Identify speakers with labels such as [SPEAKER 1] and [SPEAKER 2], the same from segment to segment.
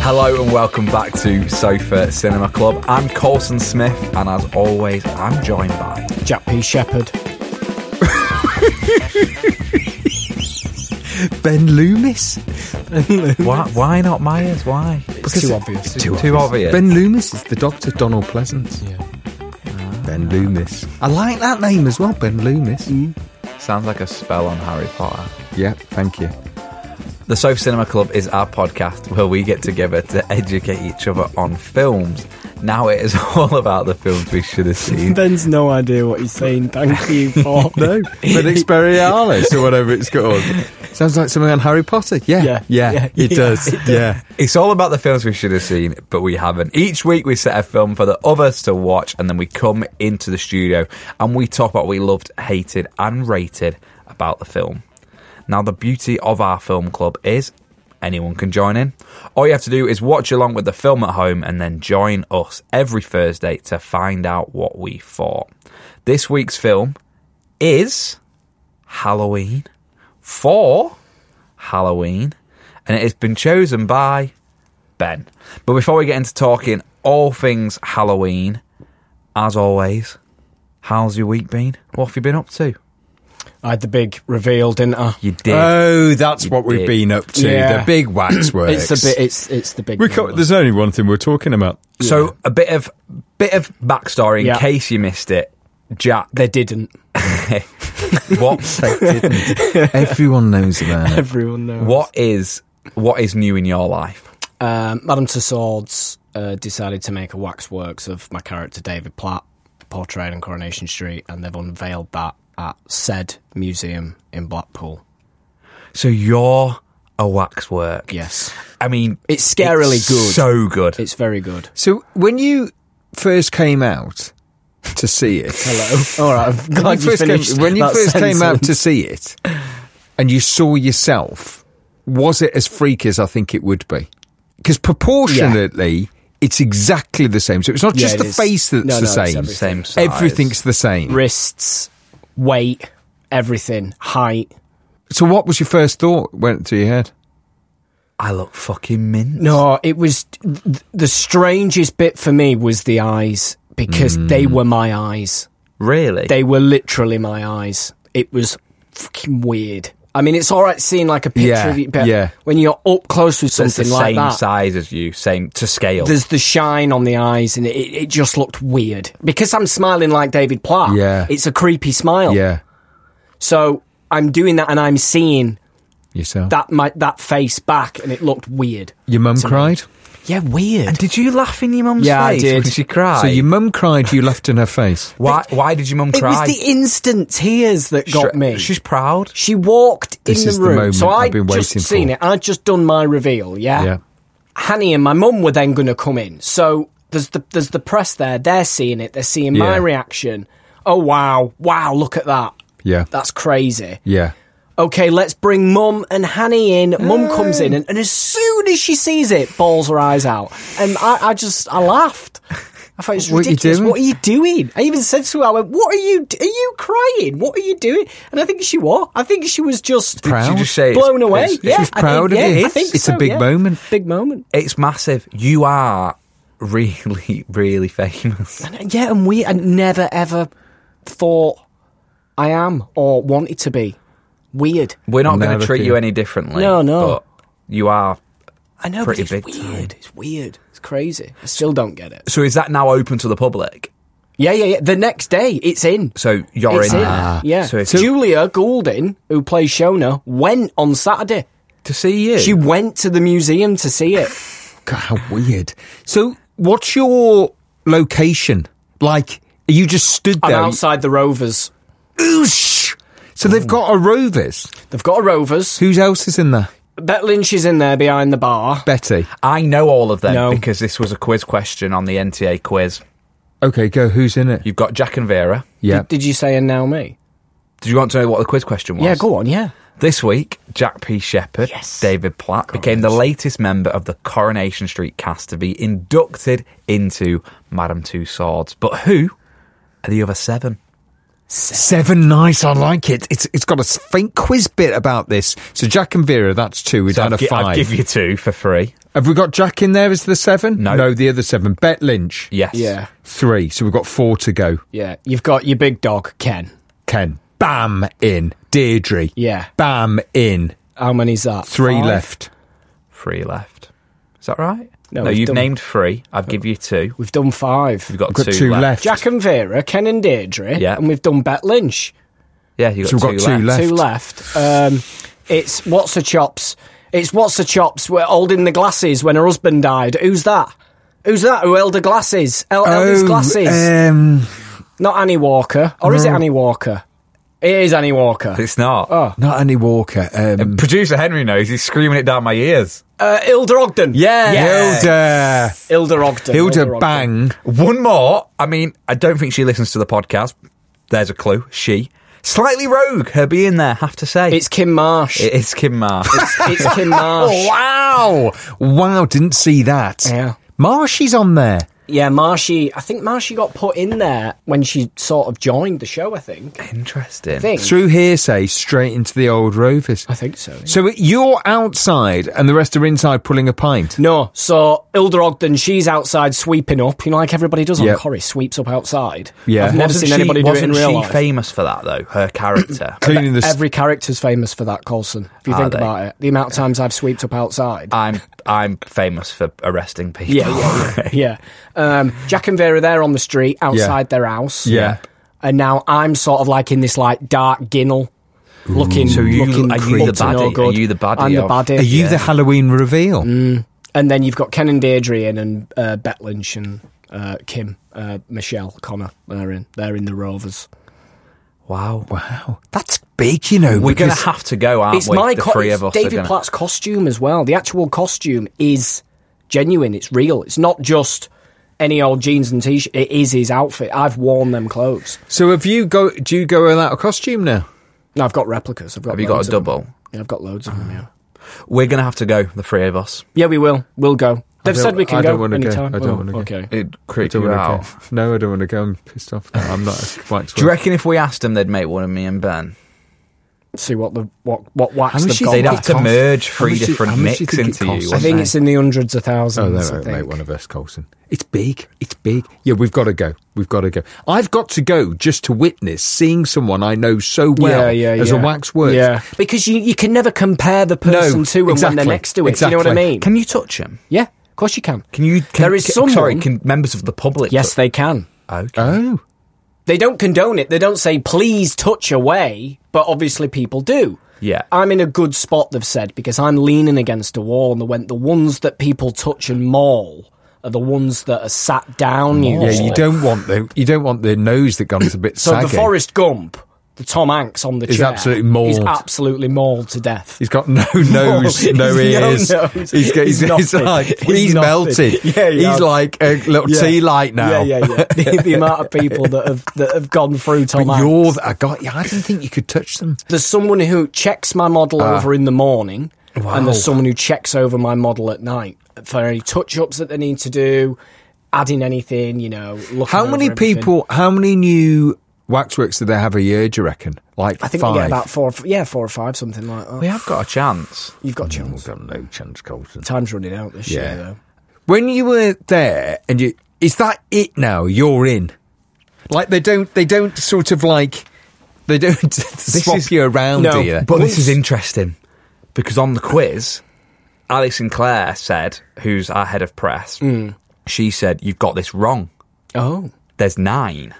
[SPEAKER 1] Hello and welcome back to Sofa Cinema Club. I'm Colson Smith, and as always, I'm joined by
[SPEAKER 2] Jack P. Shepherd.
[SPEAKER 1] Ben Loomis. Why, why not Myers? Why?
[SPEAKER 2] It's too obvious.
[SPEAKER 1] Too, obvious.
[SPEAKER 3] Ben Loomis is the Doctor Donald Pleasance. Ah.
[SPEAKER 1] ben Loomis.
[SPEAKER 3] I like that name as well, Ben Loomis.
[SPEAKER 1] Sounds like a spell on Harry Potter.
[SPEAKER 3] Mm. Yeah, thank you.
[SPEAKER 1] The Sofa Cinema Club is our podcast where we get together to educate each other on films. Now it is all about the films we should have seen.
[SPEAKER 2] Ben's no idea what he's saying. Thank you for
[SPEAKER 3] No, Felix Borealis or whatever it's called. Sounds like something on Harry Potter. Yeah,
[SPEAKER 2] Yeah,
[SPEAKER 3] yeah,
[SPEAKER 2] yeah,
[SPEAKER 3] it,
[SPEAKER 2] yeah,
[SPEAKER 3] does. Yeah,
[SPEAKER 1] It's all about the films we should have seen, but we haven't. Each week we set a film for the others to watch, and then we come into the studio and we talk about what we loved, hated, and rated about the film. Now, the beauty of our film club is anyone can join in. All you have to do is watch along with the film at home and then join us every Thursday to find out what we thought. This week's film is Halloween for Halloween, and it has been chosen by Ben. But before we get into talking all things Halloween, as always, how's your week been? What have you been up to?
[SPEAKER 2] I had the big reveal, didn't I?
[SPEAKER 1] You did.
[SPEAKER 2] Uh,
[SPEAKER 3] Oh, that's
[SPEAKER 1] You
[SPEAKER 3] what we've
[SPEAKER 1] did.
[SPEAKER 3] been up to.
[SPEAKER 2] Yeah.
[SPEAKER 3] The big waxworks.
[SPEAKER 2] It's the bit. It's it's the big.
[SPEAKER 3] We co-
[SPEAKER 2] one.
[SPEAKER 3] there's only one thing we're talking about.
[SPEAKER 1] So a bit of bit of backstory in
[SPEAKER 2] Yeah.
[SPEAKER 1] case you missed it. Jack,
[SPEAKER 2] they didn't.
[SPEAKER 1] what
[SPEAKER 3] Everyone knows about it.
[SPEAKER 2] Everyone knows.
[SPEAKER 1] what is what is new in your life?
[SPEAKER 2] Um, Madame Tussauds uh, decided to make a waxworks of my character David Platt, portrayed on Coronation Street, and they've unveiled that at said museum in Blackpool.
[SPEAKER 1] So you're a waxwork.
[SPEAKER 2] Yes,
[SPEAKER 1] I mean,
[SPEAKER 2] It's scarily good.
[SPEAKER 1] So good.
[SPEAKER 2] it's very good.
[SPEAKER 3] So when you first came out to see it,
[SPEAKER 2] Hello. All right. I'm glad
[SPEAKER 3] when you
[SPEAKER 2] you
[SPEAKER 3] first,
[SPEAKER 2] finished.
[SPEAKER 3] came, when you
[SPEAKER 2] that
[SPEAKER 3] first came out
[SPEAKER 2] sentence.
[SPEAKER 3] to see it and you saw yourself, was it as freak as I think it would be? Because proportionately, it's exactly the same. So it's not
[SPEAKER 2] Yeah,
[SPEAKER 3] just
[SPEAKER 2] it
[SPEAKER 3] the
[SPEAKER 2] is.
[SPEAKER 3] face that's
[SPEAKER 2] No,
[SPEAKER 3] the
[SPEAKER 2] no, it's
[SPEAKER 3] same.
[SPEAKER 2] everything.
[SPEAKER 1] Same size.
[SPEAKER 3] Everything's the same.
[SPEAKER 2] wrists, weight, everything, height.
[SPEAKER 3] So what was your first thought went to your head?
[SPEAKER 1] I look fucking mint.
[SPEAKER 2] No, it was th- the strangest bit for me was the eyes because they were my eyes.
[SPEAKER 1] Really?
[SPEAKER 2] They were literally my eyes. It was fucking weird. I mean, it's all right seeing like a picture
[SPEAKER 3] Yeah,
[SPEAKER 2] of it, but
[SPEAKER 3] yeah.
[SPEAKER 2] when you're up close with
[SPEAKER 1] That's the
[SPEAKER 2] something like
[SPEAKER 1] same
[SPEAKER 2] that,
[SPEAKER 1] size as you, same to scale.
[SPEAKER 2] there's the shine on the eyes, and it, it just looked weird because I'm smiling like David Platt.
[SPEAKER 3] Yeah.
[SPEAKER 2] it's a creepy smile.
[SPEAKER 3] Yeah,
[SPEAKER 2] So I'm doing that, and I'm seeing
[SPEAKER 3] yourself.
[SPEAKER 2] that my that face back, and it looked weird.
[SPEAKER 3] your mum cried.
[SPEAKER 2] Yeah, weird.
[SPEAKER 1] did you laugh in your mum's
[SPEAKER 2] Yeah, I did.
[SPEAKER 1] Did she cry?
[SPEAKER 3] So your mum cried. You laughed in her face.
[SPEAKER 1] why? Why did your mum
[SPEAKER 2] It
[SPEAKER 1] cry?
[SPEAKER 2] was the instant tears that got
[SPEAKER 1] Stra-
[SPEAKER 2] me.
[SPEAKER 1] She's proud.
[SPEAKER 2] she walked
[SPEAKER 3] This
[SPEAKER 2] in
[SPEAKER 3] is
[SPEAKER 2] the
[SPEAKER 3] the
[SPEAKER 2] room.
[SPEAKER 3] moment
[SPEAKER 2] so
[SPEAKER 3] I've
[SPEAKER 2] I'd
[SPEAKER 3] been
[SPEAKER 2] just
[SPEAKER 3] waiting
[SPEAKER 2] seen
[SPEAKER 3] for.
[SPEAKER 2] it. I'd just done my reveal. Yeah.
[SPEAKER 3] Yeah.
[SPEAKER 2] Hanny and my mum were then going to come in. So there's the there's the press there. They're seeing it. They're seeing my
[SPEAKER 3] Yeah.
[SPEAKER 2] reaction. Oh wow! Wow! Look at that.
[SPEAKER 3] Yeah.
[SPEAKER 2] That's crazy.
[SPEAKER 3] Yeah.
[SPEAKER 2] Okay, let's bring Mum and Hanny in. Mum comes in, and, and as soon as she sees it, balls her eyes out. And I, I just, I laughed. I thought it's
[SPEAKER 3] What you
[SPEAKER 2] ridiculous.
[SPEAKER 3] doing?
[SPEAKER 2] What are you doing? I even said to her, I went, What are you, d- are you crying? What are you doing? And I think she was. I think she was just
[SPEAKER 3] Proud?
[SPEAKER 1] Did you just say it's-
[SPEAKER 2] blown away.
[SPEAKER 1] It's,
[SPEAKER 2] yeah,
[SPEAKER 3] she's
[SPEAKER 2] I
[SPEAKER 3] proud of
[SPEAKER 2] think, yeah,
[SPEAKER 3] you.
[SPEAKER 2] I think
[SPEAKER 3] It's a
[SPEAKER 2] so,
[SPEAKER 3] big
[SPEAKER 2] yeah.
[SPEAKER 3] moment.
[SPEAKER 2] Big moment.
[SPEAKER 1] it's massive. You are really, really famous.
[SPEAKER 2] Yeah, and we I never ever thought I am or wanted to be weird.
[SPEAKER 1] We're not going
[SPEAKER 3] Never
[SPEAKER 1] to treat
[SPEAKER 3] do.
[SPEAKER 1] you any differently.
[SPEAKER 2] No, no.
[SPEAKER 1] But you are.
[SPEAKER 2] I know,
[SPEAKER 1] Pretty
[SPEAKER 2] but
[SPEAKER 1] big
[SPEAKER 2] it's weird.
[SPEAKER 1] time.
[SPEAKER 2] It's weird. It's crazy. I still don't get it.
[SPEAKER 1] So is that now open to the public?
[SPEAKER 2] Yeah, yeah, yeah. The next day, it's in.
[SPEAKER 1] So you're
[SPEAKER 2] It's
[SPEAKER 1] in.
[SPEAKER 2] in.
[SPEAKER 1] there.
[SPEAKER 2] Yeah.
[SPEAKER 1] So if you
[SPEAKER 2] Julia Goulding, who plays Shona, went on Saturday.
[SPEAKER 1] to see you,
[SPEAKER 2] She went to the museum to see it.
[SPEAKER 3] God, how weird. So, what's your location? Like, you just stood
[SPEAKER 2] I'm
[SPEAKER 3] there.
[SPEAKER 2] outside the Rovers.
[SPEAKER 3] Oosh! So they've got a Rovers.
[SPEAKER 2] They've got a Rovers.
[SPEAKER 3] Who's else is in there?
[SPEAKER 2] Bet Lynch is in there behind the bar.
[SPEAKER 3] Betty.
[SPEAKER 1] I know all of them
[SPEAKER 2] No.
[SPEAKER 1] because this was a quiz question on the NTA quiz.
[SPEAKER 3] Okay, go. Who's in it?
[SPEAKER 1] You've got Jack and Vera.
[SPEAKER 3] Yeah.
[SPEAKER 2] Did, did you say and now me?
[SPEAKER 1] Do you want to know what the quiz question was?
[SPEAKER 2] Yeah, go on, yeah.
[SPEAKER 1] This week, Jack P. Shepherd, David Platt, became the latest member of the Coronation Street cast to be inducted into Madame Two Swords. But who are the other seven?
[SPEAKER 3] Seven nice. I like it. It's it's got a s- faint quiz bit about this. So Jack and Vera, that's two. We've
[SPEAKER 1] So
[SPEAKER 3] done
[SPEAKER 1] I'll
[SPEAKER 3] a
[SPEAKER 1] gi- I'll
[SPEAKER 3] five.
[SPEAKER 1] give you two for free.
[SPEAKER 3] Have we got Jack in there as the seven?
[SPEAKER 1] No.
[SPEAKER 3] no, the other seven. Bet Lynch.
[SPEAKER 1] Yes.
[SPEAKER 2] Yeah,
[SPEAKER 3] Three. So we've got four to go.
[SPEAKER 2] yeah. You've got your big dog, Ken.
[SPEAKER 3] Ken. Bam in. Deirdre.
[SPEAKER 2] Yeah.
[SPEAKER 3] Bam in.
[SPEAKER 2] How many's that?
[SPEAKER 3] Three
[SPEAKER 2] Five?
[SPEAKER 3] left.
[SPEAKER 1] Three left. Is that right?
[SPEAKER 2] No,
[SPEAKER 1] no
[SPEAKER 2] we've
[SPEAKER 1] you've
[SPEAKER 2] done-
[SPEAKER 1] named three. I've give you two.
[SPEAKER 2] We've done five.
[SPEAKER 1] You've got,
[SPEAKER 3] We've got two left.
[SPEAKER 2] Jack and Vera, Ken and Deirdre.
[SPEAKER 1] Yeah.
[SPEAKER 2] And we've done Bet Lynch.
[SPEAKER 1] Yeah, you've
[SPEAKER 3] So
[SPEAKER 1] got,
[SPEAKER 3] we've
[SPEAKER 1] two,
[SPEAKER 3] got two
[SPEAKER 1] left.
[SPEAKER 3] left.
[SPEAKER 2] Two left. Um, it's What's Her Chops. It's What's Her Chops We're holding the glasses when her husband died. Who's that? Who's that? Who held the glasses? El- held
[SPEAKER 3] Oh,
[SPEAKER 2] his glasses.
[SPEAKER 3] Um,
[SPEAKER 2] Not Annie Walker. Or is it
[SPEAKER 3] no.
[SPEAKER 2] Annie Walker? It is Annie Walker.
[SPEAKER 1] It's not.
[SPEAKER 2] Oh.
[SPEAKER 3] not Annie Walker. Um,
[SPEAKER 1] Producer Henry knows. He's screaming it down my ears.
[SPEAKER 2] Uh, Hilda Ogden.
[SPEAKER 1] Yeah.
[SPEAKER 3] Hilda.
[SPEAKER 2] Hilda Ogden.
[SPEAKER 3] Hilda
[SPEAKER 2] Ogden.
[SPEAKER 3] Bang.
[SPEAKER 1] One more. I mean, I don't think she listens to the podcast. There's a clue. She. Slightly rogue, her being there, have to say.
[SPEAKER 2] It's Kim Marsh.
[SPEAKER 1] it is Kim Marr.
[SPEAKER 2] it's Kim Marsh.
[SPEAKER 3] Wow. Wow. Didn't see that.
[SPEAKER 2] Yeah.
[SPEAKER 3] Marshy's on there.
[SPEAKER 2] Yeah, Marshy. I think Marshy got put in there when she sort of joined the show, I think.
[SPEAKER 1] Interesting.
[SPEAKER 2] think.
[SPEAKER 3] Through hearsay, straight into the old Rovers.
[SPEAKER 2] I think so. yeah.
[SPEAKER 3] So you're outside and the rest are inside pulling a pint.
[SPEAKER 2] No, so Hilda Ogden, she's outside sweeping up. You know, like everybody does on
[SPEAKER 3] Yeah.
[SPEAKER 2] Corrie, sweeps up outside.
[SPEAKER 3] Yeah.
[SPEAKER 2] I've never
[SPEAKER 1] Wasn't
[SPEAKER 2] seen
[SPEAKER 1] she-
[SPEAKER 2] anybody do it in
[SPEAKER 1] wasn't
[SPEAKER 2] real
[SPEAKER 1] she
[SPEAKER 2] life.
[SPEAKER 1] famous for that though? Her character.
[SPEAKER 3] Cleaning the. s-
[SPEAKER 2] Every character's famous for that, Colson. If you
[SPEAKER 1] Are
[SPEAKER 2] think
[SPEAKER 1] they?
[SPEAKER 2] about it, the amount of times I've sweeped up outside.
[SPEAKER 1] I'm I'm famous for arresting people.
[SPEAKER 2] Yeah, yeah, yeah. Um, Jack and Vera, they're on the street outside their house.
[SPEAKER 3] Yeah.
[SPEAKER 2] and now I'm sort of like in this like dark ginnel, looking.
[SPEAKER 1] So you-
[SPEAKER 2] looking
[SPEAKER 1] are you
[SPEAKER 2] up
[SPEAKER 1] the
[SPEAKER 2] to no
[SPEAKER 1] baddie? Are
[SPEAKER 2] good.
[SPEAKER 1] you the baddie
[SPEAKER 2] I'm the
[SPEAKER 1] of-
[SPEAKER 2] baddie.
[SPEAKER 3] are you the Halloween reveal?
[SPEAKER 2] Mm. and then you've got Ken and Deirdre in, and uh, Bet Lynch and uh, Kim, uh, Michelle, Connor. They're in. They're in the Rovers.
[SPEAKER 1] Wow.
[SPEAKER 3] Wow, that's big, you know.
[SPEAKER 1] We're going to
[SPEAKER 3] because-
[SPEAKER 1] have to go, aren't
[SPEAKER 2] it's
[SPEAKER 1] we?
[SPEAKER 2] my
[SPEAKER 1] the
[SPEAKER 2] co-
[SPEAKER 1] three
[SPEAKER 2] it's
[SPEAKER 1] of us. are
[SPEAKER 2] David
[SPEAKER 1] gonna-
[SPEAKER 2] Platt's costume as well. The actual costume is genuine. It's real. It's not just any old jeans and t-shirt. It is his outfit. I've worn them clothes.
[SPEAKER 3] So have you go? Do you go without a costume now?
[SPEAKER 2] No, I've got replicas. I've got.
[SPEAKER 1] Have you got
[SPEAKER 2] loads
[SPEAKER 1] a
[SPEAKER 2] of them.
[SPEAKER 1] double?
[SPEAKER 2] Yeah, I've got loads of them. Yeah.
[SPEAKER 1] We're going to have to go. The three of us.
[SPEAKER 2] Yeah, we will. We'll go. They've
[SPEAKER 3] don't-
[SPEAKER 2] said we can
[SPEAKER 3] I don't
[SPEAKER 2] go
[SPEAKER 3] wanna go.
[SPEAKER 2] anytime.
[SPEAKER 3] I don't
[SPEAKER 2] Oh,
[SPEAKER 3] wanna go.
[SPEAKER 2] Okay.
[SPEAKER 1] It creeped
[SPEAKER 3] I
[SPEAKER 1] you
[SPEAKER 3] don't
[SPEAKER 1] out.
[SPEAKER 3] wanna go. No, I don't want to go. I'm pissed off. Now. I'm not a wax
[SPEAKER 1] Do you reckon if we asked them, they'd make one of me and Ben?
[SPEAKER 2] See what the what what wax
[SPEAKER 3] How
[SPEAKER 2] they've
[SPEAKER 3] much is
[SPEAKER 2] got.
[SPEAKER 3] it
[SPEAKER 1] They'd have
[SPEAKER 3] it
[SPEAKER 1] to
[SPEAKER 3] costs?
[SPEAKER 1] merge
[SPEAKER 3] How
[SPEAKER 1] three
[SPEAKER 3] much do-
[SPEAKER 1] different
[SPEAKER 3] how much do you
[SPEAKER 1] mix
[SPEAKER 3] think it
[SPEAKER 1] into
[SPEAKER 3] costs?
[SPEAKER 1] you.
[SPEAKER 3] I
[SPEAKER 2] I
[SPEAKER 1] wouldn't
[SPEAKER 2] think
[SPEAKER 1] they?
[SPEAKER 2] it's in the hundreds of
[SPEAKER 3] Oh,
[SPEAKER 2] thousands.
[SPEAKER 3] they
[SPEAKER 2] I
[SPEAKER 3] won't
[SPEAKER 2] think.
[SPEAKER 3] make one of us, Colson. It's big. It's big. Yeah, we've got to go. We've got to go. I've got to go just to witness seeing someone I know so well
[SPEAKER 2] yeah, yeah,
[SPEAKER 3] as
[SPEAKER 2] yeah.
[SPEAKER 3] a waxwork.
[SPEAKER 2] Yeah, because you, you can never compare the person to and when
[SPEAKER 3] exactly,
[SPEAKER 2] they're next to it. Do You know what I
[SPEAKER 3] exactly.
[SPEAKER 2] mean?
[SPEAKER 1] Can you touch him?
[SPEAKER 2] yeah, of course you can.
[SPEAKER 1] Can you? Can,
[SPEAKER 2] There is
[SPEAKER 1] can,
[SPEAKER 2] someone-
[SPEAKER 1] Sorry, can members of the public?
[SPEAKER 2] Yes,
[SPEAKER 1] touch-
[SPEAKER 2] they can.
[SPEAKER 1] Okay.
[SPEAKER 3] Oh,
[SPEAKER 2] They don't condone it. They don't say please touch away, but obviously people do.
[SPEAKER 1] Yeah.
[SPEAKER 2] I'm in a good spot. They've said because I'm leaning against a wall, and they went the ones that people touch and maul are the ones that are sat down.
[SPEAKER 3] yeah.
[SPEAKER 2] usually.
[SPEAKER 3] You don't want the you don't want the nose that gone a bit
[SPEAKER 2] So
[SPEAKER 3] saggy.
[SPEAKER 2] the Forrest Gump, the Tom Hanks on the
[SPEAKER 3] Is
[SPEAKER 2] chair,
[SPEAKER 3] absolutely
[SPEAKER 2] He's
[SPEAKER 3] mauled.
[SPEAKER 2] absolutely mauled to death.
[SPEAKER 3] He's got no nose,
[SPEAKER 2] He's
[SPEAKER 3] no
[SPEAKER 2] no
[SPEAKER 3] ears.
[SPEAKER 2] nose.
[SPEAKER 3] He's, got, he's,
[SPEAKER 2] He's
[SPEAKER 3] he's
[SPEAKER 2] nothing.
[SPEAKER 3] like he's,
[SPEAKER 2] He's nothing.
[SPEAKER 3] melted.
[SPEAKER 2] Yeah, yeah.
[SPEAKER 3] He's like a little
[SPEAKER 2] Yeah.
[SPEAKER 3] tea light now.
[SPEAKER 2] Yeah, yeah, yeah. the, the amount of people that have that have gone through Tom
[SPEAKER 3] But
[SPEAKER 2] Hanks.
[SPEAKER 3] you're the, I got. Yeah, I didn't think you could touch them.
[SPEAKER 2] There's someone who checks my model
[SPEAKER 3] Ah.
[SPEAKER 2] over in the morning, and there's someone who checks over my model at night for any touch ups that they need to do, adding anything. You know, looking
[SPEAKER 3] How
[SPEAKER 2] over
[SPEAKER 3] many
[SPEAKER 2] everything.
[SPEAKER 3] people? How many new waxworks do they have a year? Do you reckon? Like
[SPEAKER 2] I think
[SPEAKER 3] five.
[SPEAKER 2] we get about four, yeah, four or five, something like that.
[SPEAKER 1] We have got a chance.
[SPEAKER 2] You've got a chance.
[SPEAKER 3] got no chance, Colton.
[SPEAKER 2] Time's running out this
[SPEAKER 3] Yeah.
[SPEAKER 2] year, though.
[SPEAKER 3] When you were there, and you is that it now? You're in. Like they don't they don't sort of like they don't swap you around.
[SPEAKER 1] no,
[SPEAKER 3] do you?
[SPEAKER 1] but this is interesting because on the quiz, Ali Sinclair said, who's our head of press,
[SPEAKER 2] Mm.
[SPEAKER 1] she said, "You've got this wrong.
[SPEAKER 2] Oh,
[SPEAKER 1] There's nine.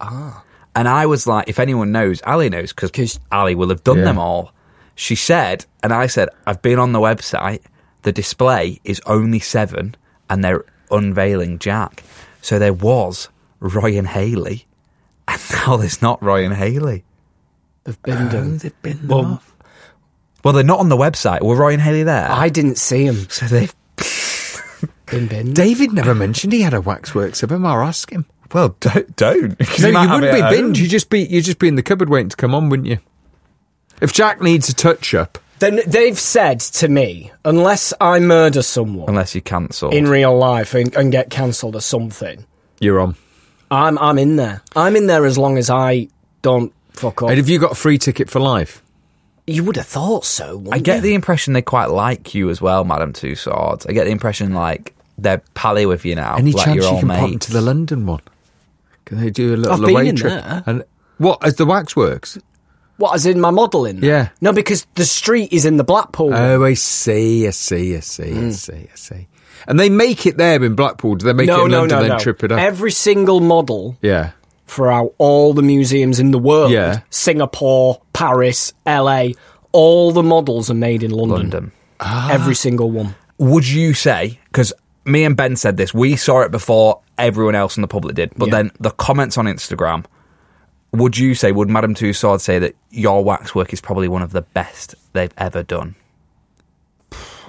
[SPEAKER 1] Ah. And I was like, if anyone knows, Ali knows because
[SPEAKER 2] 'Cause-
[SPEAKER 1] Ali will have done
[SPEAKER 3] Yeah.
[SPEAKER 1] them all. She said, and I said, I've been on the website. The display is only seven, and they're unveiling Jack. So there was Roy and Haley, and now there's not Roy and Haley.
[SPEAKER 2] they've been done.
[SPEAKER 1] They've been well, well, they're not on the website. Were Roy and Haley there?
[SPEAKER 2] I didn't see him.
[SPEAKER 1] so they've
[SPEAKER 2] Bin bin.
[SPEAKER 3] David never mentioned he had a waxworks of him. I'll ask him.
[SPEAKER 1] well, don't don't. 'cause
[SPEAKER 3] No,
[SPEAKER 1] he might
[SPEAKER 3] you
[SPEAKER 1] have
[SPEAKER 3] wouldn't
[SPEAKER 1] it
[SPEAKER 3] be
[SPEAKER 1] at home.
[SPEAKER 3] binge. You just be you just be in the cupboard waiting to come on, wouldn't you? If Jack needs a touch up,
[SPEAKER 2] Then they've said to me, unless I murder someone
[SPEAKER 1] Unless you cancel,
[SPEAKER 2] in real life and, and get cancelled or something,
[SPEAKER 3] you're on.
[SPEAKER 2] I'm I'm in there. I'm in there as long as I don't fuck up.
[SPEAKER 3] And have you got a free ticket for life?
[SPEAKER 2] you would have thought so.
[SPEAKER 3] Oh,
[SPEAKER 1] I
[SPEAKER 2] wouldn't
[SPEAKER 1] get
[SPEAKER 2] you?
[SPEAKER 1] the impression they quite like you as well, Madam Two Swords. I get the impression like they're pally with you now.
[SPEAKER 3] Any
[SPEAKER 1] like
[SPEAKER 3] chance
[SPEAKER 1] you're
[SPEAKER 3] you
[SPEAKER 1] all
[SPEAKER 3] can pop
[SPEAKER 1] mates.
[SPEAKER 3] into the London one? Can they do a little
[SPEAKER 2] I've been
[SPEAKER 3] away
[SPEAKER 2] in
[SPEAKER 3] trip?
[SPEAKER 2] there.
[SPEAKER 3] And what as the waxworks?
[SPEAKER 2] what as in my modelling.
[SPEAKER 3] Yeah.
[SPEAKER 2] No, because the street is in the Blackpool.
[SPEAKER 1] Uh,
[SPEAKER 3] Oh, I see, I see, I see, I
[SPEAKER 2] Mm.
[SPEAKER 3] see, I see. And they make it there in Blackpool. Do they make it
[SPEAKER 2] no,
[SPEAKER 3] in
[SPEAKER 2] no,
[SPEAKER 3] London
[SPEAKER 2] no,
[SPEAKER 3] then
[SPEAKER 2] no.
[SPEAKER 3] trip it up?
[SPEAKER 2] Every single model
[SPEAKER 3] yeah.
[SPEAKER 2] throughout all the museums in the world.
[SPEAKER 3] Yeah.
[SPEAKER 2] Singapore, Paris, LA, all the models are made in London.
[SPEAKER 1] London. Ah.
[SPEAKER 2] Every single one.
[SPEAKER 1] Would you say? Because me and Ben said this. We saw it before everyone else in the public did. But
[SPEAKER 2] Yeah.
[SPEAKER 1] then the comments on Instagram. Would you say? Would Madam Two Swords say that your waxwork is probably one of the best they've ever done?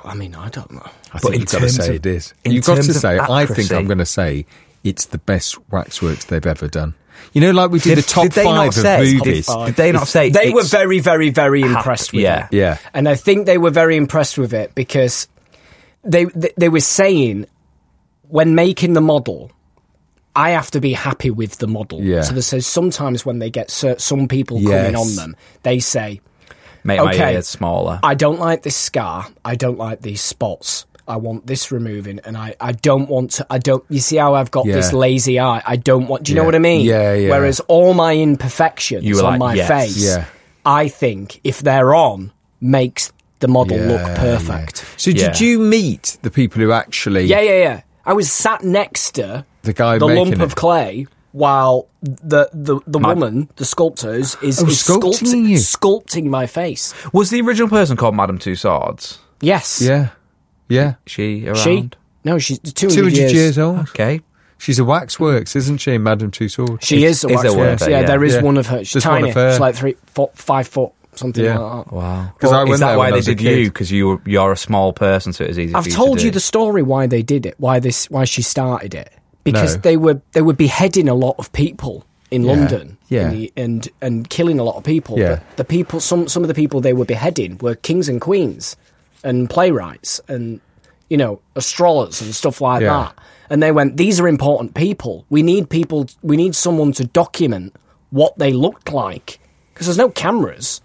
[SPEAKER 2] I mean, I don't know.
[SPEAKER 3] I
[SPEAKER 1] But in
[SPEAKER 3] think you've got to
[SPEAKER 1] terms
[SPEAKER 3] say
[SPEAKER 1] of-
[SPEAKER 3] it is.
[SPEAKER 1] in
[SPEAKER 3] You've got to
[SPEAKER 1] terms of
[SPEAKER 3] say. I think
[SPEAKER 1] accuracy-
[SPEAKER 3] I'm going to say it's the best waxworks they've ever done. You know, like we did, the top
[SPEAKER 1] did they
[SPEAKER 3] five
[SPEAKER 1] not
[SPEAKER 3] of
[SPEAKER 1] say,
[SPEAKER 3] movies.
[SPEAKER 1] Did they not say
[SPEAKER 2] They were
[SPEAKER 1] it's-
[SPEAKER 2] very, very, very impressed with
[SPEAKER 1] yeah.
[SPEAKER 2] it.
[SPEAKER 3] Yeah.
[SPEAKER 2] And I think they were very impressed with it because they, they they were saying when making the model, I have to be happy with the model.
[SPEAKER 3] Yeah.
[SPEAKER 2] So they say sometimes when they get cer- some people coming
[SPEAKER 3] Yes.
[SPEAKER 2] on them, they say,
[SPEAKER 1] Make my
[SPEAKER 2] Okay.
[SPEAKER 1] ears smaller.
[SPEAKER 2] I don't like this scar. I don't like these spots. I want this removing, and I, I don't want to. I don't. You see how I've got
[SPEAKER 3] Yeah.
[SPEAKER 2] this lazy eye. I don't want. Do you
[SPEAKER 3] Yeah.
[SPEAKER 2] know what I mean?
[SPEAKER 3] Yeah, yeah.
[SPEAKER 2] Whereas all my imperfections
[SPEAKER 1] You were
[SPEAKER 2] on
[SPEAKER 1] like,
[SPEAKER 2] my
[SPEAKER 1] yes.
[SPEAKER 2] face,
[SPEAKER 3] Yeah.
[SPEAKER 2] I think if they're on, makes the model look
[SPEAKER 3] Yeah,
[SPEAKER 2] perfect.
[SPEAKER 3] yeah. So did
[SPEAKER 1] Yeah.
[SPEAKER 3] you meet the people who actually?
[SPEAKER 2] Yeah. yeah, yeah, I was sat next to
[SPEAKER 3] The guy
[SPEAKER 2] the
[SPEAKER 3] making
[SPEAKER 2] lump of
[SPEAKER 3] it.
[SPEAKER 2] clay. While the the, the woman, the sculptor, is, is
[SPEAKER 3] Oh,
[SPEAKER 2] sculpting,
[SPEAKER 3] sculpting you.
[SPEAKER 2] sculpting my face.
[SPEAKER 1] Was the original person called Madam Two Swords?
[SPEAKER 2] Yes.
[SPEAKER 3] Yeah. Yeah.
[SPEAKER 1] She around?
[SPEAKER 2] She? No, she's 200,
[SPEAKER 3] 200 years. old.
[SPEAKER 1] Okay.
[SPEAKER 3] She's a waxworks, isn't she, Madame Tussauds?
[SPEAKER 2] She is, a
[SPEAKER 1] is there one of
[SPEAKER 2] waxwork.
[SPEAKER 1] her?
[SPEAKER 2] Yeah,
[SPEAKER 1] Yeah.
[SPEAKER 2] there is
[SPEAKER 3] Yeah.
[SPEAKER 2] one of her. She's
[SPEAKER 3] There's one
[SPEAKER 2] tiny.
[SPEAKER 3] of her.
[SPEAKER 2] She's like three, four, five foot, something
[SPEAKER 3] Yeah.
[SPEAKER 2] like that.
[SPEAKER 1] Wow.
[SPEAKER 3] 'Cause I went
[SPEAKER 1] is that
[SPEAKER 3] there
[SPEAKER 1] why
[SPEAKER 3] when I
[SPEAKER 1] they
[SPEAKER 3] was a
[SPEAKER 1] did you?
[SPEAKER 3] kid.
[SPEAKER 1] Because you you're a small person, so it was easy.
[SPEAKER 2] I've
[SPEAKER 1] for
[SPEAKER 2] told
[SPEAKER 1] to
[SPEAKER 2] you
[SPEAKER 1] do.
[SPEAKER 2] the story why they did it, why this, why she started it, because
[SPEAKER 3] No.
[SPEAKER 2] they were they were beheading a lot of people in London,
[SPEAKER 3] Yeah.
[SPEAKER 2] in the- and and killing a lot of people.
[SPEAKER 3] Yeah.
[SPEAKER 2] But the people, some some of the people they were beheading were kings and queens, and playwrights, and you know astrologers and stuff like
[SPEAKER 3] Yeah.
[SPEAKER 2] that. And they went, these are important people. We need people. We need someone to document what they looked like because there's no cameras.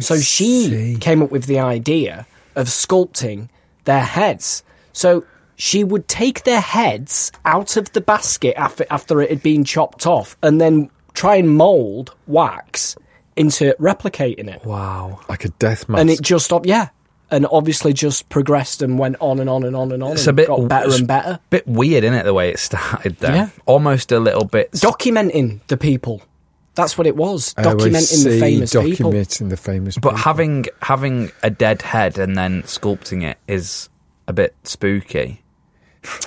[SPEAKER 2] So she came up with the idea of sculpting their heads. So she would take their heads out of the basket after, after it had been chopped off and then try and mould wax into replicating it.
[SPEAKER 1] Wow.
[SPEAKER 3] Like a death mask.
[SPEAKER 2] And it just, ob- yeah. And obviously just progressed and went on and on and on and on.
[SPEAKER 1] It's
[SPEAKER 2] and
[SPEAKER 1] a bit
[SPEAKER 2] got better and better.
[SPEAKER 1] Bit weird, isn't it? The way it started. There.
[SPEAKER 2] Yeah.
[SPEAKER 1] Almost a little bit.
[SPEAKER 2] Documenting the people. That's what it was. Documenting the famous people.
[SPEAKER 3] documenting the famous
[SPEAKER 1] but
[SPEAKER 3] people.
[SPEAKER 1] having having a dead head and then sculpting it is a bit spooky.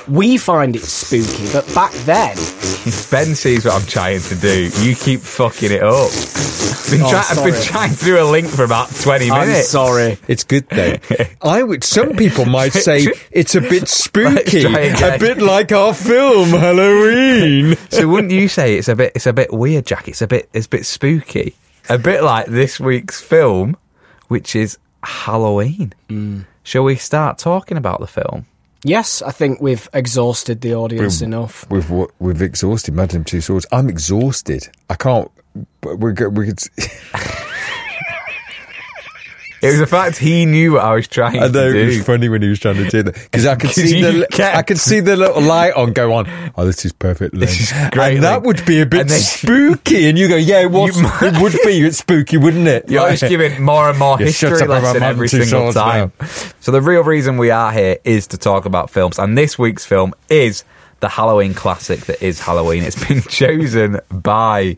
[SPEAKER 2] We find it spooky, but back then,
[SPEAKER 1] Ben sees what I'm trying to do. You keep fucking it up. Been
[SPEAKER 2] Oh,
[SPEAKER 1] try- I've been
[SPEAKER 2] sorry.
[SPEAKER 1] trying to do a link for about 20
[SPEAKER 2] I'm
[SPEAKER 1] minutes.
[SPEAKER 2] sorry.
[SPEAKER 3] It's good though. I would. Some people might say it's a bit spooky,
[SPEAKER 1] try again.
[SPEAKER 2] eh?
[SPEAKER 3] a bit like our film Halloween.
[SPEAKER 1] so wouldn't you say it's a bit it's a bit weird, Jack? It's a bit it's a bit spooky. A bit like this week's film, which is Halloween.
[SPEAKER 3] Mm.
[SPEAKER 1] Shall we start talking about the film?
[SPEAKER 2] Yes, I think we've exhausted the audience enough.
[SPEAKER 3] We've wa- we've exhausted Madame Two Swords. I'm exhausted. I can't. but We're go- we could.
[SPEAKER 1] It was the fact he knew what I was trying
[SPEAKER 3] I know
[SPEAKER 1] to
[SPEAKER 3] it was
[SPEAKER 1] do.
[SPEAKER 3] funny when he was trying to do that because I could
[SPEAKER 1] 'Cause
[SPEAKER 3] see
[SPEAKER 1] you
[SPEAKER 3] the
[SPEAKER 1] kept-
[SPEAKER 3] I could see the little light on go on. Oh, this is perfect. Lynn.
[SPEAKER 1] This is great,
[SPEAKER 3] And that
[SPEAKER 1] Lynn.
[SPEAKER 3] would be a bit
[SPEAKER 1] And then-
[SPEAKER 3] spooky, and you go, yeah, it was.
[SPEAKER 1] You might-
[SPEAKER 3] it would be it's spooky, wouldn't it?
[SPEAKER 1] You're always giving more and more
[SPEAKER 3] Yeah,
[SPEAKER 1] history
[SPEAKER 3] shut up about
[SPEAKER 1] lesson
[SPEAKER 3] Madame
[SPEAKER 1] every single
[SPEAKER 3] Tussauds now.
[SPEAKER 1] time. So the real reason we are here is to talk about films, and this week's film is the Halloween classic that is Halloween. It's been chosen by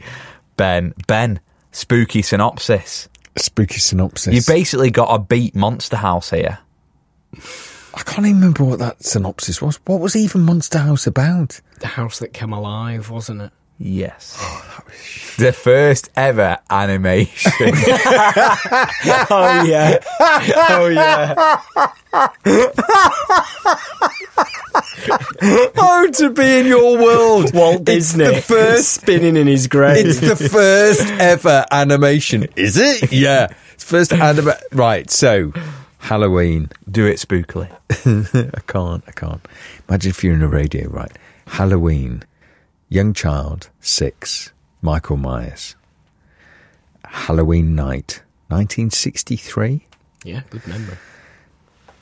[SPEAKER 1] Ben. Ben, spooky synopsis.
[SPEAKER 3] spooky synopsis.
[SPEAKER 1] You basically got a beat Monster House here.
[SPEAKER 3] I can't even remember what that synopsis was. What was even Monster House about?
[SPEAKER 2] The house that came alive, wasn't it?
[SPEAKER 1] Yes.
[SPEAKER 3] Oh,
[SPEAKER 1] the first ever animation.
[SPEAKER 2] Oh yeah.
[SPEAKER 3] Oh yeah.
[SPEAKER 1] oh, to be in your world.
[SPEAKER 2] Walt Disney.
[SPEAKER 3] the first-
[SPEAKER 2] spinning in his grave.
[SPEAKER 3] It's the first ever animation, is it? Yeah. It's first anime. Right, so Halloween.
[SPEAKER 1] Do it spookily.
[SPEAKER 3] I can't, I can't. Imagine if you're in a radio, right? Halloween, young child, six, Michael Myers. Halloween night, 1963.
[SPEAKER 2] yeah, good memory.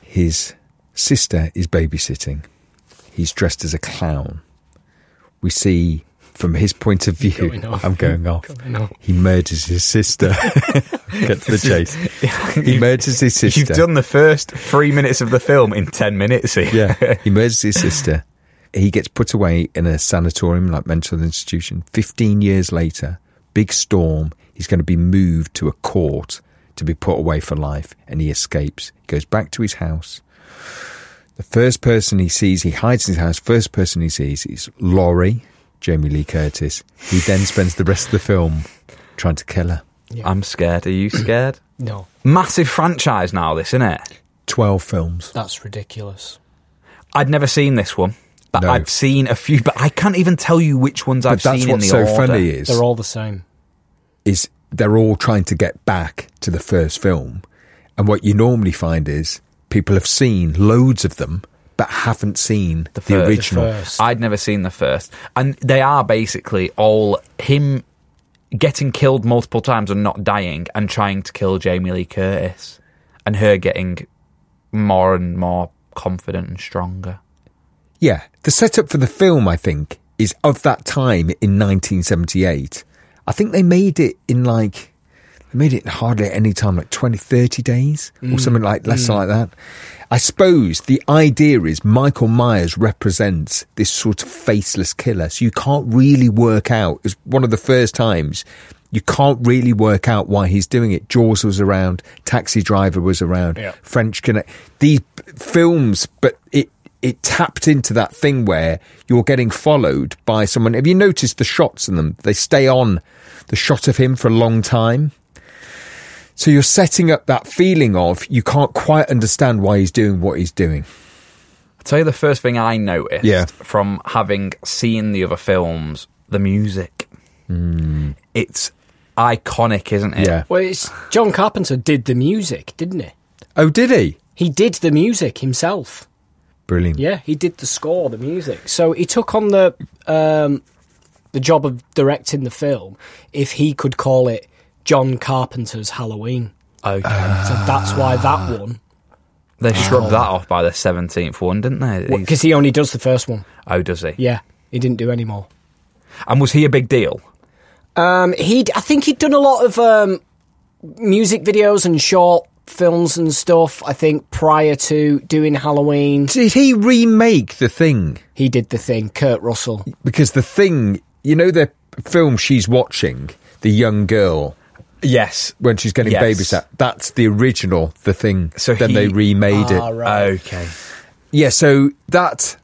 [SPEAKER 3] His sister is babysitting. He's dressed as a clown. We see from his point of view,
[SPEAKER 2] Going off.
[SPEAKER 3] I'm going off.
[SPEAKER 2] Going off.
[SPEAKER 3] He murders his sister. Get to the chase. He murders his sister.
[SPEAKER 1] You've done the first three minutes of the film in ten minutes here.
[SPEAKER 3] Yeah, he murders his sister. He gets put away in a sanatorium, like mental institution. 15 years later, big storm. He's going to be moved to a court to be put away for life, and he escapes. He goes back to his house. The first person he sees, he hides in his house. First person he sees is Laurie, Jamie Lee Curtis. He then spends the rest of the film trying to kill her.
[SPEAKER 1] I'm scared. Are you scared?
[SPEAKER 2] No,
[SPEAKER 1] Massive franchise now, this, isn't it?
[SPEAKER 3] 12 films.
[SPEAKER 2] that's ridiculous.
[SPEAKER 1] I'd never seen this one, but
[SPEAKER 3] No.
[SPEAKER 1] I've seen a few, but I can't even tell you which ones
[SPEAKER 3] But
[SPEAKER 1] I've
[SPEAKER 3] that's
[SPEAKER 1] seen in
[SPEAKER 3] what's
[SPEAKER 1] the
[SPEAKER 3] so
[SPEAKER 1] order.
[SPEAKER 3] funny is
[SPEAKER 2] They're all the same.
[SPEAKER 3] is they're all trying to get back to the first film. And what you normally find is people have seen loads of them, but haven't seen the,
[SPEAKER 1] first.
[SPEAKER 3] original.
[SPEAKER 2] First.
[SPEAKER 1] I'd never seen the first. And they are basically all him getting killed multiple times and not dying and trying to kill Jamie Lee Curtis and her getting more and more confident and stronger.
[SPEAKER 3] Yeah. The setup for the film, I think, is of that time in 1978. I think they made it in like, they made it hardly at any time, like 20, 30 days or something like less like that. I suppose the idea is Michael Myers represents this sort of faceless killer. So you can't really work out, it's one of the first times you can't really work out why he's doing it. Jaws was around, Taxi Driver was around,
[SPEAKER 2] Yeah.
[SPEAKER 3] French Connect. These p- films, but it it tapped into that thing where you're getting followed by someone. Have you noticed the shots in them? They stay on the shot of him for a long time. So you're setting up that feeling of you can't quite understand why he's doing what he's doing.
[SPEAKER 1] I'll tell you the first thing I noticed
[SPEAKER 3] Yeah.
[SPEAKER 1] from having seen the other films the music. It's iconic, isn't it?
[SPEAKER 3] Hmm. Yeah.
[SPEAKER 2] Well, it's John Carpenter did the music, didn't he?
[SPEAKER 3] Oh, did he?
[SPEAKER 2] He did the music himself.
[SPEAKER 3] Brilliant.
[SPEAKER 2] Yeah, he did the score, the music. So he took on the um, the job of directing the film if he could call it John Carpenter's Halloween.
[SPEAKER 1] Okay.
[SPEAKER 2] So that's why that one,
[SPEAKER 1] Uh, They shrubbed that off by the 17th one, didn't they? He's-
[SPEAKER 2] because he only does the first one.
[SPEAKER 1] oh, does he?
[SPEAKER 2] Yeah, he didn't do any more.
[SPEAKER 1] And was he a big deal?
[SPEAKER 2] Um, he'd, I think he'd done a lot of um, music videos and short films and stuff. I think prior to doing Halloween,
[SPEAKER 3] Did he remake the thing?
[SPEAKER 2] he did the thing. Kurt Russell.
[SPEAKER 3] Because the thing, you know, the film she's watching, the young girl
[SPEAKER 1] Yes.
[SPEAKER 3] when she's getting
[SPEAKER 1] Yes.
[SPEAKER 3] babysat. That's the original, the thing.
[SPEAKER 1] So
[SPEAKER 3] then
[SPEAKER 1] he-
[SPEAKER 3] they remade it.
[SPEAKER 2] Ah, right.
[SPEAKER 1] Okay.
[SPEAKER 3] Yeah, so that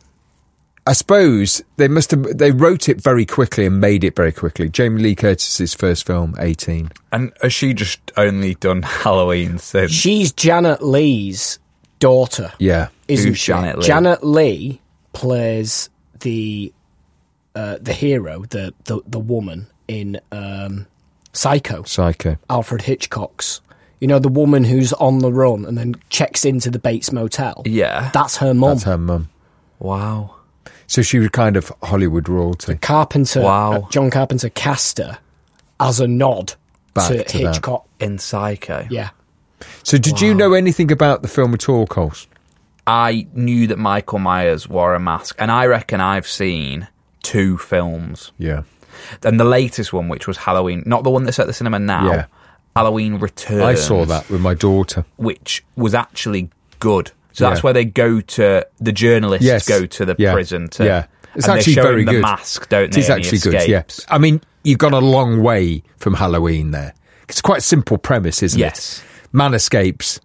[SPEAKER 3] I suppose they must have they wrote it very quickly and made it very quickly. Jamie Lee Curtis's first film, eighteen.
[SPEAKER 1] And has she just only done Halloween since?
[SPEAKER 2] She's Janet Lee's daughter.
[SPEAKER 3] Yeah,
[SPEAKER 2] isn't
[SPEAKER 1] Who's
[SPEAKER 2] she?
[SPEAKER 1] Janet Leigh?
[SPEAKER 2] Janet Leigh plays the uh, the hero, the, the the woman in um, Psycho,
[SPEAKER 3] Psycho.
[SPEAKER 2] Alfred Hitchcock's. You know the woman who's on the run and then checks into the Bates Motel.
[SPEAKER 1] yeah.
[SPEAKER 2] That's her mum.
[SPEAKER 3] That's her mum.
[SPEAKER 1] wow.
[SPEAKER 3] So she was kind of Hollywood royalty.
[SPEAKER 2] Carpenter,
[SPEAKER 1] Wow.
[SPEAKER 2] uh, John Carpenter cast her as a nod
[SPEAKER 3] Back
[SPEAKER 2] to,
[SPEAKER 3] to that.
[SPEAKER 2] Hitchcock.
[SPEAKER 1] In Psycho.
[SPEAKER 2] Yeah,
[SPEAKER 3] So, did you know anything about the film at all, Coles?
[SPEAKER 1] I knew that Michael Myers wore a mask, and I reckon I've seen two films.
[SPEAKER 3] Yeah.
[SPEAKER 1] And the latest one, which was Halloween, not the one that's at the cinema now,
[SPEAKER 3] Yeah.
[SPEAKER 1] Halloween Returns.
[SPEAKER 3] I saw that with my daughter.
[SPEAKER 1] which was actually good. So that's
[SPEAKER 3] Yeah.
[SPEAKER 1] where they go to the journalists
[SPEAKER 3] Yes.
[SPEAKER 1] go to the
[SPEAKER 3] Yeah.
[SPEAKER 1] prison. To,
[SPEAKER 3] Yeah. It's
[SPEAKER 1] and they
[SPEAKER 3] actually
[SPEAKER 1] show
[SPEAKER 3] very
[SPEAKER 1] him the
[SPEAKER 3] good.
[SPEAKER 1] mask, don't
[SPEAKER 3] It
[SPEAKER 1] they?
[SPEAKER 3] is
[SPEAKER 1] and he
[SPEAKER 3] actually good, yeah.
[SPEAKER 1] escapes.
[SPEAKER 3] I mean, you've gone a long way from Halloween there. It's quite a simple premise, isn't
[SPEAKER 1] Yes.
[SPEAKER 3] it? Man escapes,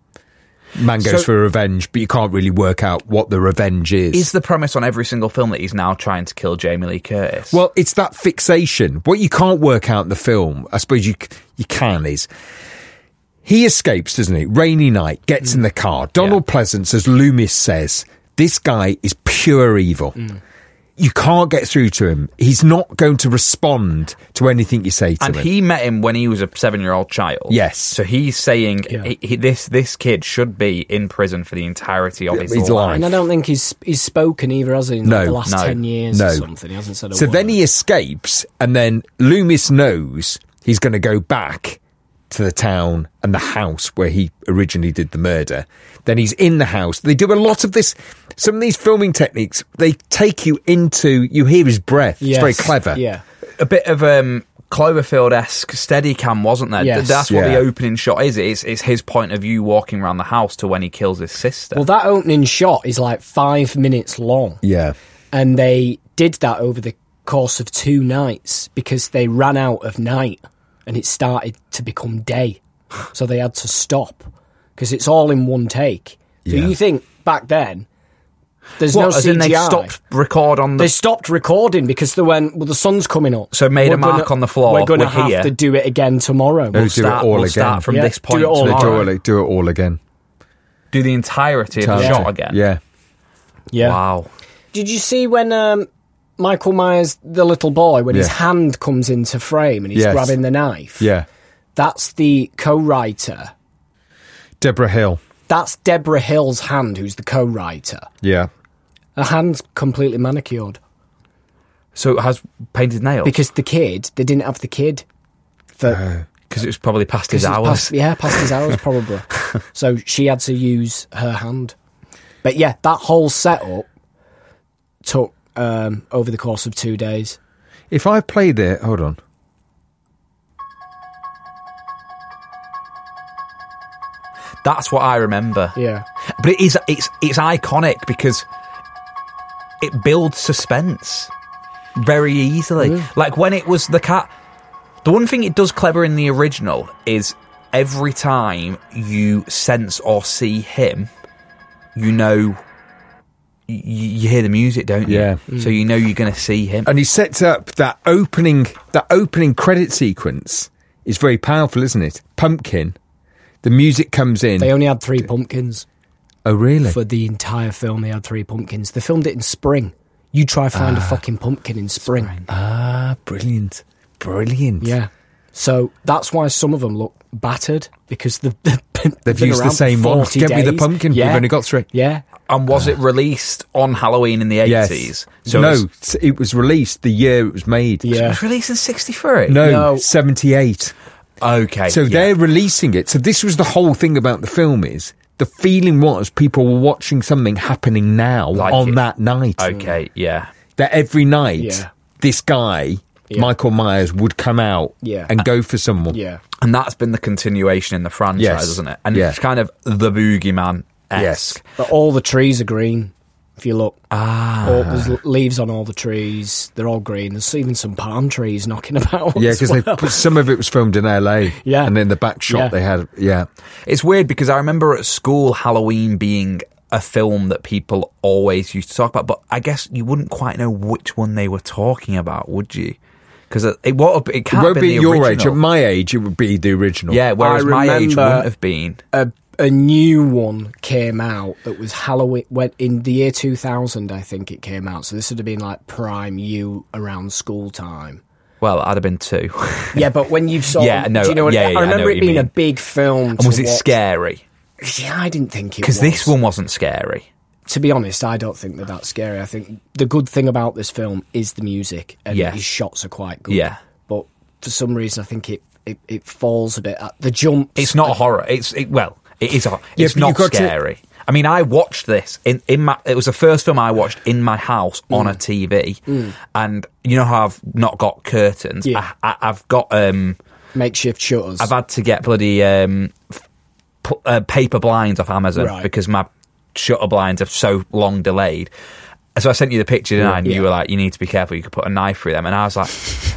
[SPEAKER 3] man goes
[SPEAKER 1] So-
[SPEAKER 3] for revenge, but you can't really work out what the revenge is.
[SPEAKER 1] Is the premise on every single film that he's now trying to kill Jamie Lee Curtis?
[SPEAKER 3] well, it's that fixation. What you can't work out in the film, I suppose you c- you can, is he escapes, doesn't he? Rainy night, gets in the
[SPEAKER 1] Mm.
[SPEAKER 3] car. Donald Pleasance, as Loomis says, this guy is pure evil.
[SPEAKER 1] Mm.
[SPEAKER 3] You can't get through to him. He's not going to respond to anything you say to
[SPEAKER 1] and
[SPEAKER 3] him.
[SPEAKER 1] he met him when he was a seven-year-old child.
[SPEAKER 3] Yes.
[SPEAKER 1] So he's saying he, he, this this kid should be in prison for the entirety of his,
[SPEAKER 3] His
[SPEAKER 1] life.
[SPEAKER 2] And I don't think he's he's spoken either, has he? In
[SPEAKER 3] No,
[SPEAKER 2] the last
[SPEAKER 1] no,
[SPEAKER 2] ten years
[SPEAKER 3] no.
[SPEAKER 2] or something, he hasn't said a
[SPEAKER 3] So
[SPEAKER 2] word.
[SPEAKER 3] then he escapes, and then Loomis knows he's going to go back to the town and the house where he originally did the murder. Then he's in the house. They do a lot of this. Some of these filming techniques, they take you into. You hear his breath.
[SPEAKER 2] Yes,
[SPEAKER 3] It's very clever.
[SPEAKER 2] Yeah,
[SPEAKER 1] a bit of um Cloverfield-esque Steadicam, wasn't there? Th-
[SPEAKER 2] Yes.
[SPEAKER 1] That's what
[SPEAKER 3] Yeah.
[SPEAKER 1] the opening shot is. It's, it's his point of view walking around the house to when he kills his sister.
[SPEAKER 2] Well, that opening shot is like five minutes long,
[SPEAKER 3] yeah.
[SPEAKER 2] and they did that over the course of two nights because they ran out of night, and it started to become day, so they had to stop because it's all in one take. So
[SPEAKER 3] Yeah.
[SPEAKER 2] you think back then, there's
[SPEAKER 1] What,
[SPEAKER 2] no
[SPEAKER 1] as
[SPEAKER 2] CGI.
[SPEAKER 1] in they stopped record on
[SPEAKER 2] They
[SPEAKER 1] the.
[SPEAKER 2] stopped recording because they went. Well, the sun's coming up,
[SPEAKER 1] So made a
[SPEAKER 2] We're gonna-
[SPEAKER 1] mark on the floor.
[SPEAKER 2] We're going to
[SPEAKER 1] We're
[SPEAKER 2] have
[SPEAKER 1] here." Oh,
[SPEAKER 2] to do it again tomorrow.
[SPEAKER 3] They do
[SPEAKER 1] start-
[SPEAKER 3] it all
[SPEAKER 1] we'll
[SPEAKER 3] again.
[SPEAKER 1] start from
[SPEAKER 2] Yeah,
[SPEAKER 1] this
[SPEAKER 2] do
[SPEAKER 1] point
[SPEAKER 2] it all
[SPEAKER 3] They
[SPEAKER 2] All
[SPEAKER 1] tomorrow.
[SPEAKER 3] do,
[SPEAKER 2] right.
[SPEAKER 3] all, do it all again.
[SPEAKER 1] do the entirety of the
[SPEAKER 3] Yeah.
[SPEAKER 1] shot again.
[SPEAKER 3] Yeah.
[SPEAKER 2] yeah.
[SPEAKER 1] Wow.
[SPEAKER 2] Did you see when um, Michael Myers, the little boy, when his
[SPEAKER 3] Yeah.
[SPEAKER 2] hand comes into frame and he's
[SPEAKER 3] Yes.
[SPEAKER 2] grabbing the knife?
[SPEAKER 3] Yeah.
[SPEAKER 2] That's the co-writer.
[SPEAKER 3] Deborah Hill.
[SPEAKER 2] That's Deborah Hill's hand, who's the co-writer.
[SPEAKER 3] Yeah.
[SPEAKER 2] Her hand's completely manicured
[SPEAKER 1] So it has painted nails
[SPEAKER 2] because the kid, they didn't have the kid for
[SPEAKER 1] because it was probably past Uh, his
[SPEAKER 2] it's
[SPEAKER 1] hours.
[SPEAKER 2] past- yeah, past his hours probably. so she had to use her hand. But yeah, that whole setup took um, over the course of two days.
[SPEAKER 3] If I played it, hold on.
[SPEAKER 1] That's what I remember.
[SPEAKER 2] Yeah.
[SPEAKER 1] But it is it's it's iconic because it builds suspense very easily. Like when it was the cat. The one thing it does clever in the original is every time you sense or see him, you know. You, you hear the music, don't you?
[SPEAKER 3] Yeah.
[SPEAKER 1] So you know you're going to see him.
[SPEAKER 3] and he sets up that opening that opening credit sequence is very powerful, isn't it? Pumpkin. The music comes in.
[SPEAKER 2] They only had three pumpkins.
[SPEAKER 3] oh really?
[SPEAKER 2] for the entire film. They had three pumpkins. They filmed it in spring. You try find
[SPEAKER 1] Ah.
[SPEAKER 2] a fucking pumpkin in spring.
[SPEAKER 3] Ah, brilliant. Brilliant.
[SPEAKER 2] Yeah. So that's why some of them look battered because they've, they've been
[SPEAKER 3] They've
[SPEAKER 2] been
[SPEAKER 3] used the
[SPEAKER 2] around
[SPEAKER 3] same one.
[SPEAKER 2] 40
[SPEAKER 3] Get me the
[SPEAKER 2] days.
[SPEAKER 3] pumpkin. We've only got three.
[SPEAKER 2] Yeah.
[SPEAKER 1] And was it released on Halloween in the 80s?
[SPEAKER 3] Yes.
[SPEAKER 1] So
[SPEAKER 3] no,
[SPEAKER 1] it's-
[SPEAKER 3] it's- it was released the year it was made.
[SPEAKER 1] it
[SPEAKER 2] Yeah.
[SPEAKER 1] was released in 63?
[SPEAKER 3] No,
[SPEAKER 2] No.
[SPEAKER 3] 78.
[SPEAKER 1] Okay.
[SPEAKER 3] So
[SPEAKER 1] yeah.
[SPEAKER 3] they're releasing it. So this was the whole thing about the film is the feeling was people were watching something happening now
[SPEAKER 1] Like
[SPEAKER 3] on
[SPEAKER 1] it.
[SPEAKER 3] that night.
[SPEAKER 1] Okay, yeah.
[SPEAKER 3] that every night
[SPEAKER 2] Yeah.
[SPEAKER 3] this guy
[SPEAKER 2] Yeah.
[SPEAKER 3] Michael Myers would come out
[SPEAKER 2] Yeah.
[SPEAKER 3] and go for someone.
[SPEAKER 2] Yeah.
[SPEAKER 1] And that's been the continuation in the franchise,
[SPEAKER 3] Yes.
[SPEAKER 1] isn't it? And
[SPEAKER 3] Yeah.
[SPEAKER 1] it's kind of the boogeyman esque.
[SPEAKER 2] But all the trees are green. If you look, ah, there's l- leaves on all the trees. They're all green. There's even some palm trees knocking about.
[SPEAKER 3] Yeah,
[SPEAKER 2] as
[SPEAKER 3] because
[SPEAKER 2] well.
[SPEAKER 3] they put, some of it was filmed in LA.
[SPEAKER 2] Yeah.
[SPEAKER 3] and then the back shot
[SPEAKER 2] Yeah.
[SPEAKER 3] they had. Yeah,
[SPEAKER 1] It's weird because I remember at school Halloween being a film that people always used to talk about, but I guess you wouldn't quite know which one they were talking about, would you? Because it, it, what it
[SPEAKER 3] it
[SPEAKER 1] can't
[SPEAKER 3] won't
[SPEAKER 1] have
[SPEAKER 3] be
[SPEAKER 1] been
[SPEAKER 3] at
[SPEAKER 1] the
[SPEAKER 3] your
[SPEAKER 1] original.
[SPEAKER 3] age. At my age, it would be the original.
[SPEAKER 1] yeah, whereas
[SPEAKER 2] I
[SPEAKER 1] my age
[SPEAKER 2] remember-
[SPEAKER 1] wouldn't have been.
[SPEAKER 2] a, a new one came out that was Halloween went in the year 2000 I think it came out so this would have been like prime you around school time
[SPEAKER 1] Well, I'd have been two.
[SPEAKER 2] yeah but when you've saw
[SPEAKER 1] Yeah, no,
[SPEAKER 2] do you know what
[SPEAKER 1] yeah, yeah,
[SPEAKER 2] I-
[SPEAKER 1] I know
[SPEAKER 2] I remember
[SPEAKER 1] what
[SPEAKER 2] it
[SPEAKER 1] you
[SPEAKER 2] being a
[SPEAKER 1] mean.
[SPEAKER 2] big film
[SPEAKER 1] and was it
[SPEAKER 2] scary?
[SPEAKER 1] scary?
[SPEAKER 2] yeah I didn't think it
[SPEAKER 1] Because
[SPEAKER 2] was
[SPEAKER 1] this one wasn't scary.
[SPEAKER 2] to be honest I don't think they're that scary I think the good thing about this film is the music and
[SPEAKER 1] Yeah.
[SPEAKER 2] his shots are quite good
[SPEAKER 1] Yeah.
[SPEAKER 2] but for some reason I think it it, it falls a bit at the jumps
[SPEAKER 1] It's not a horror. It's it, well, It is. hor-
[SPEAKER 3] Yeah,
[SPEAKER 1] It's
[SPEAKER 3] but
[SPEAKER 1] not
[SPEAKER 3] you've got to-
[SPEAKER 1] scary. I mean, I watched this in in my. It was the first film I watched in my house on
[SPEAKER 3] Mm.
[SPEAKER 1] a TV, and you know how I've not got curtains.
[SPEAKER 2] Yeah.
[SPEAKER 1] I, I, I've got. um
[SPEAKER 2] Makeshift shutters.
[SPEAKER 1] I've had to get bloody um, f- pu- uh, paper blinds off Amazon
[SPEAKER 2] Right.
[SPEAKER 1] because my shutter blinds are so long delayed. So I sent you the picture, didn't I? And
[SPEAKER 2] Yeah.
[SPEAKER 1] you were like, "You need to be careful. You could put a knife through them." And I was like,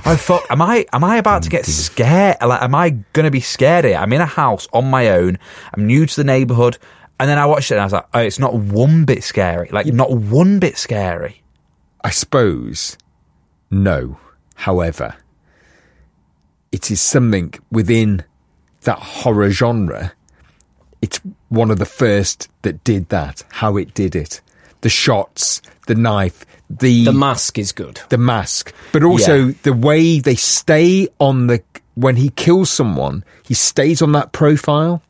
[SPEAKER 1] "Oh fuck! Am I am I about to get scared? Like, am I gonna be scared here? I'm in a house on my own. I'm new to the neighborhood." And then I watched it, and I was like, "Oh, it's not one bit scary. Like, not one bit scary."
[SPEAKER 3] I suppose, no. However, it is something within that horror genre. It's one of the first that did that, how it did it. The shots, the knife, the,
[SPEAKER 2] the mask is good.
[SPEAKER 3] the mask, but also
[SPEAKER 1] Yeah.
[SPEAKER 3] the way they stay on the. When he kills someone, he stays on that profile.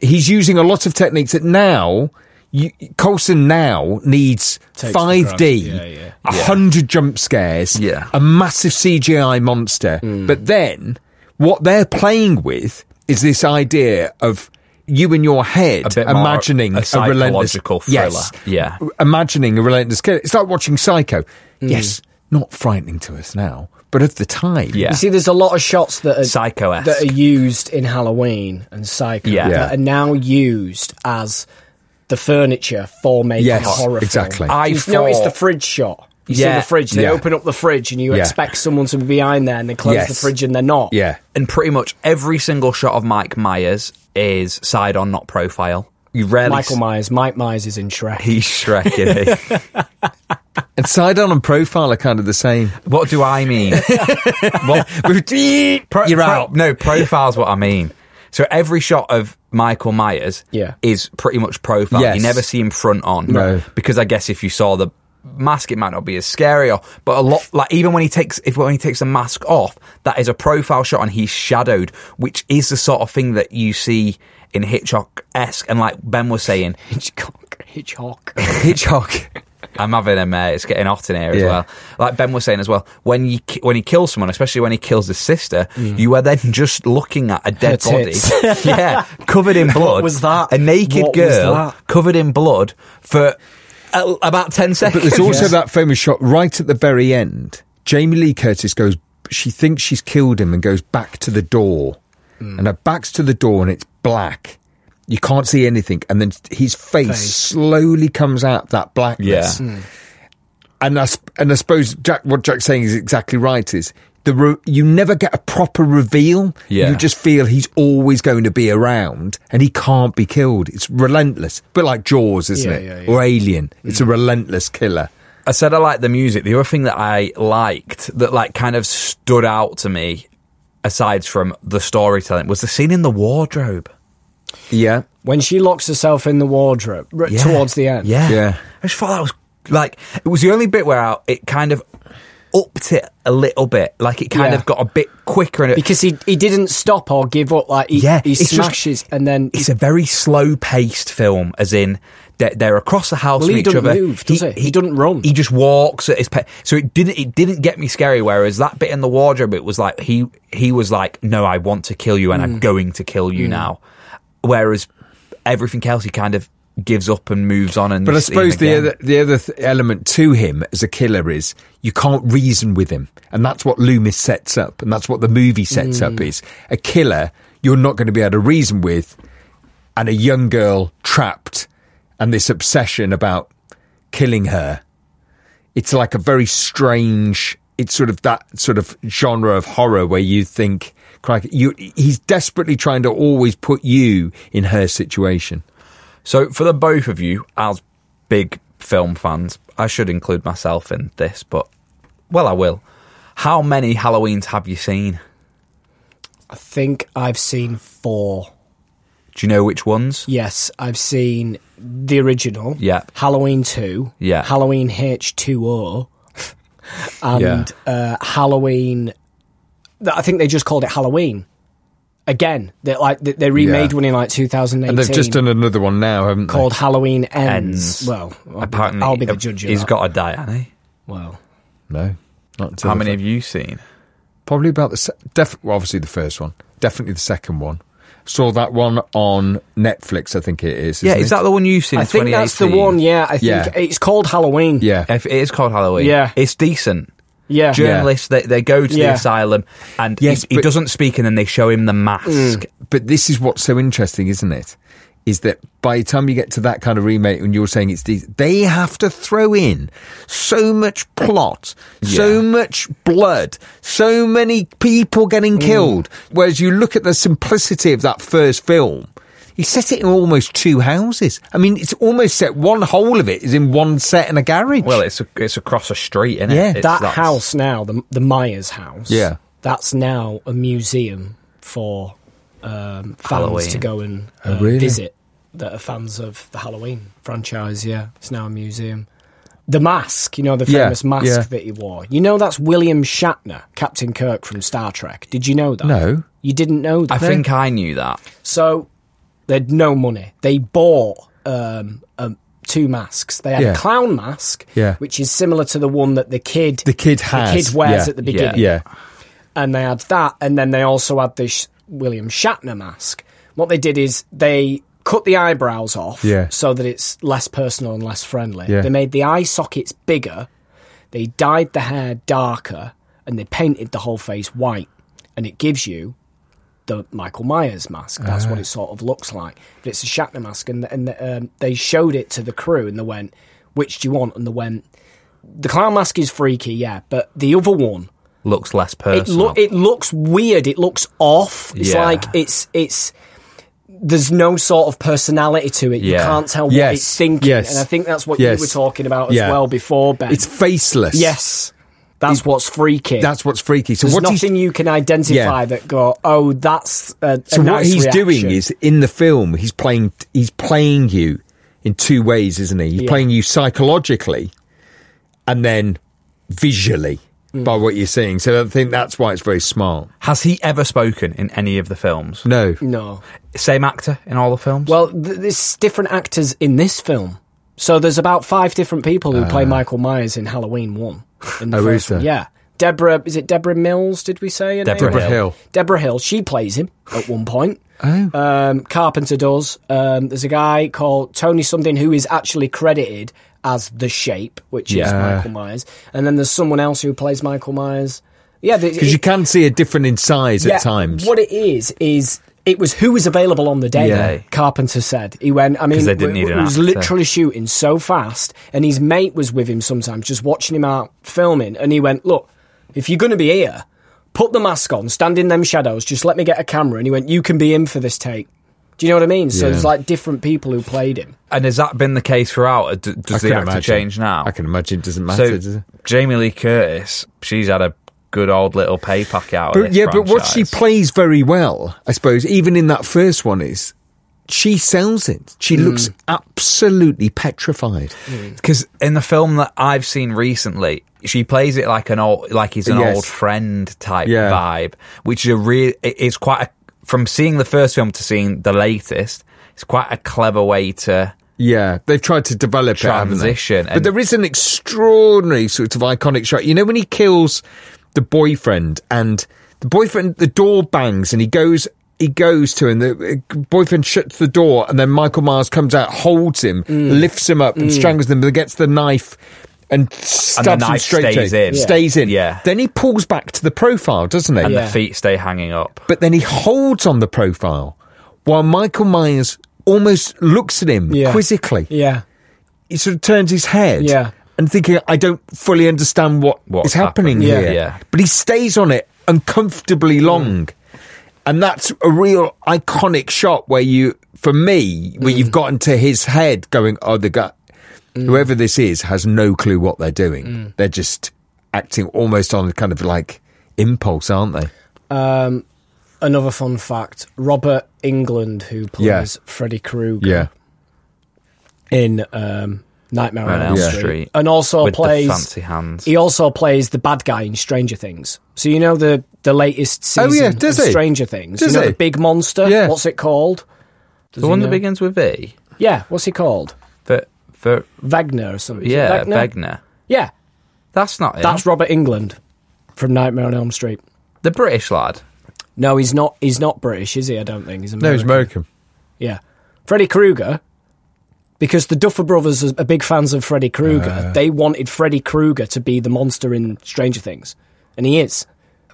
[SPEAKER 3] He's using a lot of techniques that now. You, Colson now needs
[SPEAKER 2] Takes the
[SPEAKER 3] five D,
[SPEAKER 2] grab. Yeah, yeah.
[SPEAKER 3] a hundred jump scares,
[SPEAKER 1] Yeah. Mm.
[SPEAKER 3] a massive CGI monster. But then, what they're playing with is this idea of you in your head
[SPEAKER 1] A bit more
[SPEAKER 3] imagining
[SPEAKER 1] a
[SPEAKER 3] relentless
[SPEAKER 1] psychological thriller.
[SPEAKER 3] Yes,
[SPEAKER 1] Yeah.
[SPEAKER 3] imagining a relentless killer. It's like watching Psycho.
[SPEAKER 1] Mm.
[SPEAKER 3] Yes, not frightening to us now, but at the time,
[SPEAKER 1] Yeah.
[SPEAKER 2] You see, there's a lot of shots that are
[SPEAKER 1] Psycho-esque.
[SPEAKER 2] that are used in Halloween and Psycho
[SPEAKER 1] Yeah.
[SPEAKER 2] that are now used as the furniture for making
[SPEAKER 3] Yes,
[SPEAKER 2] a horror
[SPEAKER 3] exactly.
[SPEAKER 2] film.
[SPEAKER 1] I
[SPEAKER 2] you notice
[SPEAKER 1] thought-
[SPEAKER 2] the fridge shot. You see
[SPEAKER 1] Yeah.
[SPEAKER 2] the fridge. They
[SPEAKER 3] Yeah.
[SPEAKER 2] open up the fridge, and you
[SPEAKER 3] Yeah.
[SPEAKER 2] expect someone to be behind there, and they close the
[SPEAKER 3] Yes.
[SPEAKER 2] fridge, and they're not.
[SPEAKER 3] yeah,
[SPEAKER 1] and pretty much every single shot of Mike Myers is side on, not profile. You rarely
[SPEAKER 2] Michael
[SPEAKER 1] s-
[SPEAKER 2] Myers. Mike Myers is in Shrek.
[SPEAKER 1] He's Shrek, isn't he?
[SPEAKER 3] and side on and profile are kind of the same.
[SPEAKER 1] what do I mean? well, pro-
[SPEAKER 3] You're
[SPEAKER 1] pro-
[SPEAKER 3] out.
[SPEAKER 1] No, profile's what I mean. So every shot of Michael Myers
[SPEAKER 2] Yeah.
[SPEAKER 1] is pretty much profile.
[SPEAKER 3] Yes.
[SPEAKER 1] You never see him front on.
[SPEAKER 3] No.
[SPEAKER 1] Because I guess if you saw the mask it might not be as scary or but a lot like even when he takes if when he takes the mask off, that is a profile shot and he's shadowed, which is the sort of thing that you see in Hitchcock esque and like Ben was saying,
[SPEAKER 2] Hitchcock. Hitchcock.
[SPEAKER 1] Hitchcock. I'm having a mate. It's getting hot in here as
[SPEAKER 3] Yeah.
[SPEAKER 1] well. Like Ben was saying as well, when you ki- when he kills someone, especially when he kills his sister, you are then just looking at a dead
[SPEAKER 2] Mm. Her
[SPEAKER 1] body,
[SPEAKER 2] tits.
[SPEAKER 1] yeah, covered in blood.
[SPEAKER 2] was that?
[SPEAKER 1] A naked
[SPEAKER 2] What was
[SPEAKER 1] girl
[SPEAKER 2] that?
[SPEAKER 1] covered in blood for uh, about ten seconds.
[SPEAKER 3] But there's also that famous shot right at the very end. Jamie Lee Curtis goes, she thinks she's killed him and goes back to the door.
[SPEAKER 1] Hmm.
[SPEAKER 3] And her back's to the door and it's black. You can't see anything. And then his face,
[SPEAKER 2] Face.
[SPEAKER 3] slowly comes out that blackness.
[SPEAKER 1] Yeah. Hmm.
[SPEAKER 3] And, I, sp- and I suppose Jack, what Jack's saying is exactly right is the re- you never get a proper reveal.
[SPEAKER 1] Yeah.
[SPEAKER 3] You just feel he's always going to be around and he can't be killed. It's relentless. But like Jaws, isn't
[SPEAKER 2] Yeah,
[SPEAKER 3] it?
[SPEAKER 2] yeah, yeah.
[SPEAKER 3] Or Alien. It's a relentless killer.
[SPEAKER 1] I said I liked the music. The other thing that I liked that like kind of stood out to me, aside from the storytelling, was the scene in the wardrobe.
[SPEAKER 3] Yeah.
[SPEAKER 2] when she locks herself in the wardrobe r-
[SPEAKER 1] Yeah.
[SPEAKER 2] towards the end.
[SPEAKER 1] Yeah.
[SPEAKER 3] Yeah.
[SPEAKER 1] I just thought that was like it was the only bit where I, it kind of upped it a little bit. Like it kind
[SPEAKER 2] Yeah.
[SPEAKER 1] of got a bit quicker and it,
[SPEAKER 2] Because he he didn't stop or give up. Like he,
[SPEAKER 1] yeah,
[SPEAKER 2] he
[SPEAKER 1] it's just-
[SPEAKER 2] smashes and then
[SPEAKER 1] it's a very slow paced film, as in they're, they're across the house
[SPEAKER 2] Well,
[SPEAKER 1] from
[SPEAKER 2] he
[SPEAKER 1] each
[SPEAKER 2] doesn't
[SPEAKER 1] other.
[SPEAKER 2] move, does he? He doesn't run.
[SPEAKER 1] He just walks at his pet. So it didn't it didn't get me scary. Whereas that bit in the wardrobe, it was like he he was like, no, I want to kill you, and
[SPEAKER 2] Mm.
[SPEAKER 1] I'm going to kill you now. Whereas everything else, he kind of gives up and moves on. And
[SPEAKER 3] But I
[SPEAKER 1] just
[SPEAKER 3] suppose
[SPEAKER 1] even
[SPEAKER 3] the
[SPEAKER 1] again.
[SPEAKER 3] other, the other th- element to him as a killer is you can't reason with him. And that's what Loomis sets up. And that's what the movie sets up is a killer you're not going to be able to reason with and a young girl trapped and this obsession about killing her. It's like a very strange, it's sort of that sort of genre of horror where you think, crikey, you, he's desperately trying to always put you in her situation.
[SPEAKER 1] So, for the both of you, as big film fans, I should include myself in this, but well, I will. How many Halloweens have you seen?
[SPEAKER 2] I think I've seen four.
[SPEAKER 1] Do you know which ones?
[SPEAKER 2] Yes, I've seen the original.
[SPEAKER 1] Yeah.
[SPEAKER 2] Halloween 2.
[SPEAKER 1] Yeah.
[SPEAKER 2] Halloween H2O. and
[SPEAKER 1] Yeah.
[SPEAKER 2] uh, Halloween. th- I think they just called it Halloween. Again, they like they- they remade
[SPEAKER 3] Yeah.
[SPEAKER 2] one in like 2018.
[SPEAKER 3] And they've just done another one now, haven't they?
[SPEAKER 2] called Halloween Ends.
[SPEAKER 1] Ends.
[SPEAKER 2] Well, I'll be-
[SPEAKER 1] Apparently, uh,
[SPEAKER 2] I'll be the judge of
[SPEAKER 1] He's
[SPEAKER 2] that.
[SPEAKER 1] got a Diane.
[SPEAKER 2] well,
[SPEAKER 3] No, not until
[SPEAKER 1] How
[SPEAKER 3] the
[SPEAKER 1] many
[SPEAKER 3] fir-
[SPEAKER 1] have you seen?
[SPEAKER 3] Probably about the se- def- well, obviously the first one, definitely the second one, Saw that one on Netflix, I think it is.
[SPEAKER 1] Yeah,
[SPEAKER 3] isn't
[SPEAKER 1] is
[SPEAKER 3] it?
[SPEAKER 1] that the one you've seen?
[SPEAKER 2] I think that's the
[SPEAKER 1] 2018?
[SPEAKER 2] one. Yeah, I think
[SPEAKER 3] Yeah.
[SPEAKER 2] it's called Halloween.
[SPEAKER 3] Yeah.
[SPEAKER 1] If it is called Halloween.
[SPEAKER 2] Yeah.
[SPEAKER 1] It's decent.
[SPEAKER 2] yeah.
[SPEAKER 1] Journalists, they, they go to the
[SPEAKER 2] Yeah.
[SPEAKER 1] asylum and
[SPEAKER 3] Yes,
[SPEAKER 1] he, he
[SPEAKER 3] but-
[SPEAKER 1] doesn't speak and then they show him the mask.
[SPEAKER 2] Mm.
[SPEAKER 3] But this is what's so interesting, isn't it? Is that by the time you get to that kind of remake, when you're saying it's these, they have to throw in so much plot, so much blood, so many people
[SPEAKER 2] Mm.
[SPEAKER 3] getting killed. Whereas you look at the simplicity of that first film, he set it in almost two houses. I mean, it's almost set one whole of it is in one set in a garage.
[SPEAKER 1] Well, it's a, it's across a street, isn't it?
[SPEAKER 3] Yeah.
[SPEAKER 1] It's-
[SPEAKER 2] that
[SPEAKER 1] that's-
[SPEAKER 2] house now, the the Myers house.
[SPEAKER 3] Yeah.
[SPEAKER 2] that's now a museum for um, fans
[SPEAKER 1] Halloween.
[SPEAKER 2] to go and
[SPEAKER 3] Oh,
[SPEAKER 2] uh,
[SPEAKER 3] really?
[SPEAKER 2] visit. That are fans of the Halloween franchise. Yeah, it's now a museum. The mask, you know, the
[SPEAKER 3] Yeah,
[SPEAKER 2] famous mask
[SPEAKER 3] yeah.
[SPEAKER 2] that he wore. You know, that's William Shatner, Captain Kirk from Star Trek. Did you know that?
[SPEAKER 3] No.
[SPEAKER 2] you didn't know that.
[SPEAKER 1] I think I knew that.
[SPEAKER 2] So they'd no money. They bought um, um, two masks. They had
[SPEAKER 3] Yeah.
[SPEAKER 2] a clown mask,
[SPEAKER 3] Yeah.
[SPEAKER 2] which is similar to the one that the kid
[SPEAKER 3] The kid has,
[SPEAKER 2] the kid wears
[SPEAKER 3] yeah,
[SPEAKER 2] at the
[SPEAKER 1] yeah,
[SPEAKER 2] beginning.
[SPEAKER 3] yeah.
[SPEAKER 2] and they had that, and then they also had this William Shatner mask. What they did is they cut the eyebrows off,
[SPEAKER 3] Yeah.
[SPEAKER 2] so that it's less personal and less friendly.
[SPEAKER 3] Yeah.
[SPEAKER 2] They made the eye sockets bigger. They dyed the hair darker, and they painted the whole face white, and it gives you the Michael Myers mask. That's
[SPEAKER 3] Ah.
[SPEAKER 2] what it sort of looks like. But it's a Shatner mask, and and um, they showed it to the crew, and they went, "Which do you want?" And they went, "The clown mask is freaky, yeah, but the other one."
[SPEAKER 1] Looks less
[SPEAKER 2] It,
[SPEAKER 1] personal.
[SPEAKER 2] lo- it looks weird. It looks off. It's
[SPEAKER 1] Yeah.
[SPEAKER 2] like it's it's. There's no sort of personality to it. You
[SPEAKER 1] Yeah.
[SPEAKER 2] can't tell what
[SPEAKER 3] Yes,
[SPEAKER 2] it's thinking,
[SPEAKER 3] yes,
[SPEAKER 2] and I think that's what
[SPEAKER 3] yes.
[SPEAKER 2] you were talking about as
[SPEAKER 3] Yeah.
[SPEAKER 2] well before, Ben.
[SPEAKER 3] It's faceless.
[SPEAKER 2] yes, that's what's freaky.
[SPEAKER 3] That's what's freaky. So
[SPEAKER 2] There's
[SPEAKER 3] what he's-
[SPEAKER 2] nothing you can identify
[SPEAKER 3] Yeah.
[SPEAKER 2] that go. Oh, that's a, a
[SPEAKER 3] So what
[SPEAKER 2] nice
[SPEAKER 3] he's
[SPEAKER 2] reaction."
[SPEAKER 3] doing is in the film he's playing he's playing you in two ways, isn't he? He's
[SPEAKER 2] Yeah.
[SPEAKER 3] playing you psychologically and then visually
[SPEAKER 2] Hmm.
[SPEAKER 3] by what you're seeing. So I think that's why it's very smart.
[SPEAKER 1] Has he ever spoken in any of the films?
[SPEAKER 3] No.
[SPEAKER 2] no.
[SPEAKER 1] Same actor in all the films?
[SPEAKER 2] Well, th- there's different actors in this film. So there's about five different people who play Michael Myers in Halloween One. In the
[SPEAKER 3] Ah. Oh,
[SPEAKER 2] first
[SPEAKER 3] is there?
[SPEAKER 2] one. Yeah, Deborah. Is it Deborah Mills? Did we say? her name?
[SPEAKER 1] Deborah
[SPEAKER 3] Hill. Hill.
[SPEAKER 2] Deborah Hill. She plays him at one point.
[SPEAKER 3] Oh.
[SPEAKER 2] Um, Carpenter does. Um, there's a guy called Tony something who is actually credited as the Shape, which is
[SPEAKER 1] Yeah.
[SPEAKER 2] Michael Myers. And then there's someone else who plays Michael Myers. Yeah,
[SPEAKER 3] Because you can see a difference in size at times.
[SPEAKER 2] what it is is it was who was available on the day.
[SPEAKER 1] Yeah.
[SPEAKER 2] Carpenter said he went. I mean,
[SPEAKER 1] 'Cause they didn't
[SPEAKER 2] w-
[SPEAKER 1] need
[SPEAKER 2] w-
[SPEAKER 1] an
[SPEAKER 2] it was
[SPEAKER 1] actor.
[SPEAKER 2] literally shooting so fast, and his mate was with him sometimes, just watching him out filming. And he went, "Look, if you're going to be here, put the mask on, stand in them shadows, just let me get a camera." And he went, "You can be in for this take." Do you know what I mean? So
[SPEAKER 3] Yeah.
[SPEAKER 2] there's like different people who played him.
[SPEAKER 1] and has that been the case throughout? Or d-
[SPEAKER 3] I
[SPEAKER 1] does the
[SPEAKER 3] can
[SPEAKER 1] actor
[SPEAKER 3] imagine.
[SPEAKER 1] change now?
[SPEAKER 3] I can imagine it doesn't matter,
[SPEAKER 1] So,
[SPEAKER 3] does it?
[SPEAKER 1] Jamie Lee Curtis, she's had a good old little pay pack out of
[SPEAKER 3] But
[SPEAKER 1] this
[SPEAKER 3] yeah, but what she
[SPEAKER 1] franchise.
[SPEAKER 3] plays very well, I suppose, even in that first one is she sells it. She
[SPEAKER 2] Hmm.
[SPEAKER 3] looks absolutely petrified.
[SPEAKER 1] Because in the film that I've seen recently, she plays it like an old, like he's an
[SPEAKER 3] Yes.
[SPEAKER 1] old friend type
[SPEAKER 3] Yeah.
[SPEAKER 1] vibe, which is a real. It's quite a, from seeing the first film to seeing the latest. It's quite a clever way to.
[SPEAKER 3] Yeah, they've tried to develop
[SPEAKER 1] Transition
[SPEAKER 3] it, haven't they?
[SPEAKER 1] and-
[SPEAKER 3] but there is an extraordinary sort of iconic shot. You know when he kills the boyfriend and the boyfriend, the door bangs and he goes, he goes to him. The uh, boyfriend shuts the door and then Michael Myers comes out, holds him,
[SPEAKER 2] Mm.
[SPEAKER 3] lifts him up and strangles him, but gets the knife. And stabs him
[SPEAKER 1] knife
[SPEAKER 3] straight
[SPEAKER 1] stays
[SPEAKER 3] to-
[SPEAKER 1] in.
[SPEAKER 3] Stays in.
[SPEAKER 1] Yeah.
[SPEAKER 3] Then he pulls back to the profile, doesn't he?
[SPEAKER 1] And
[SPEAKER 2] Yeah.
[SPEAKER 1] the feet stay hanging up.
[SPEAKER 3] but then he holds on the profile while Michael Myers almost looks at him
[SPEAKER 2] Yeah.
[SPEAKER 3] quizzically
[SPEAKER 2] Yeah,
[SPEAKER 3] he sort of turns his head
[SPEAKER 2] Yeah.
[SPEAKER 3] and thinking, I don't fully understand what
[SPEAKER 1] What's
[SPEAKER 3] is happening
[SPEAKER 2] happened.
[SPEAKER 3] here. Mm.
[SPEAKER 1] Yeah. Yeah.
[SPEAKER 3] But he stays on it uncomfortably long. And that's a real iconic shot where you, for me, where you've gotten to his head going, oh, the guy, whoever this is, has no clue what they're doing. They're just acting almost on kind of like impulse, aren't they?
[SPEAKER 2] Um, another fun fact: Robert England, who
[SPEAKER 3] Yeah.
[SPEAKER 2] plays Freddy Krueger, in um, Nightmare on
[SPEAKER 1] Nightmare
[SPEAKER 2] Elm
[SPEAKER 1] on Elm
[SPEAKER 2] Street.
[SPEAKER 1] Street.
[SPEAKER 2] and also
[SPEAKER 1] With the
[SPEAKER 2] plays
[SPEAKER 1] fancy hands.
[SPEAKER 2] He also plays the bad guy in Stranger Things. So you know the the latest
[SPEAKER 3] Oh,
[SPEAKER 2] season
[SPEAKER 3] yeah, does
[SPEAKER 2] of
[SPEAKER 3] he?
[SPEAKER 2] Stranger Things.
[SPEAKER 3] Does
[SPEAKER 2] you know
[SPEAKER 3] he?
[SPEAKER 2] the big monster.
[SPEAKER 3] Yeah.
[SPEAKER 2] What's it called?
[SPEAKER 1] the one that
[SPEAKER 2] know?
[SPEAKER 1] begins with V.
[SPEAKER 2] Yeah, what's he called?
[SPEAKER 1] For, for
[SPEAKER 2] Wagner or something. Is it
[SPEAKER 1] yeah,
[SPEAKER 2] Wagner?
[SPEAKER 1] Wagner.
[SPEAKER 2] Yeah,
[SPEAKER 1] That's not him.
[SPEAKER 2] that's Robert England from Nightmare on Elm Street.
[SPEAKER 1] the British lad.
[SPEAKER 2] No, he's not. He's not British, is he? I don't think he's American.
[SPEAKER 3] No, he's American.
[SPEAKER 2] Yeah, Freddy Krueger, because the Duffer Brothers are big fans of Freddy Krueger.
[SPEAKER 3] Uh.
[SPEAKER 2] they wanted Freddy Krueger to be the monster in Stranger Things, and he is.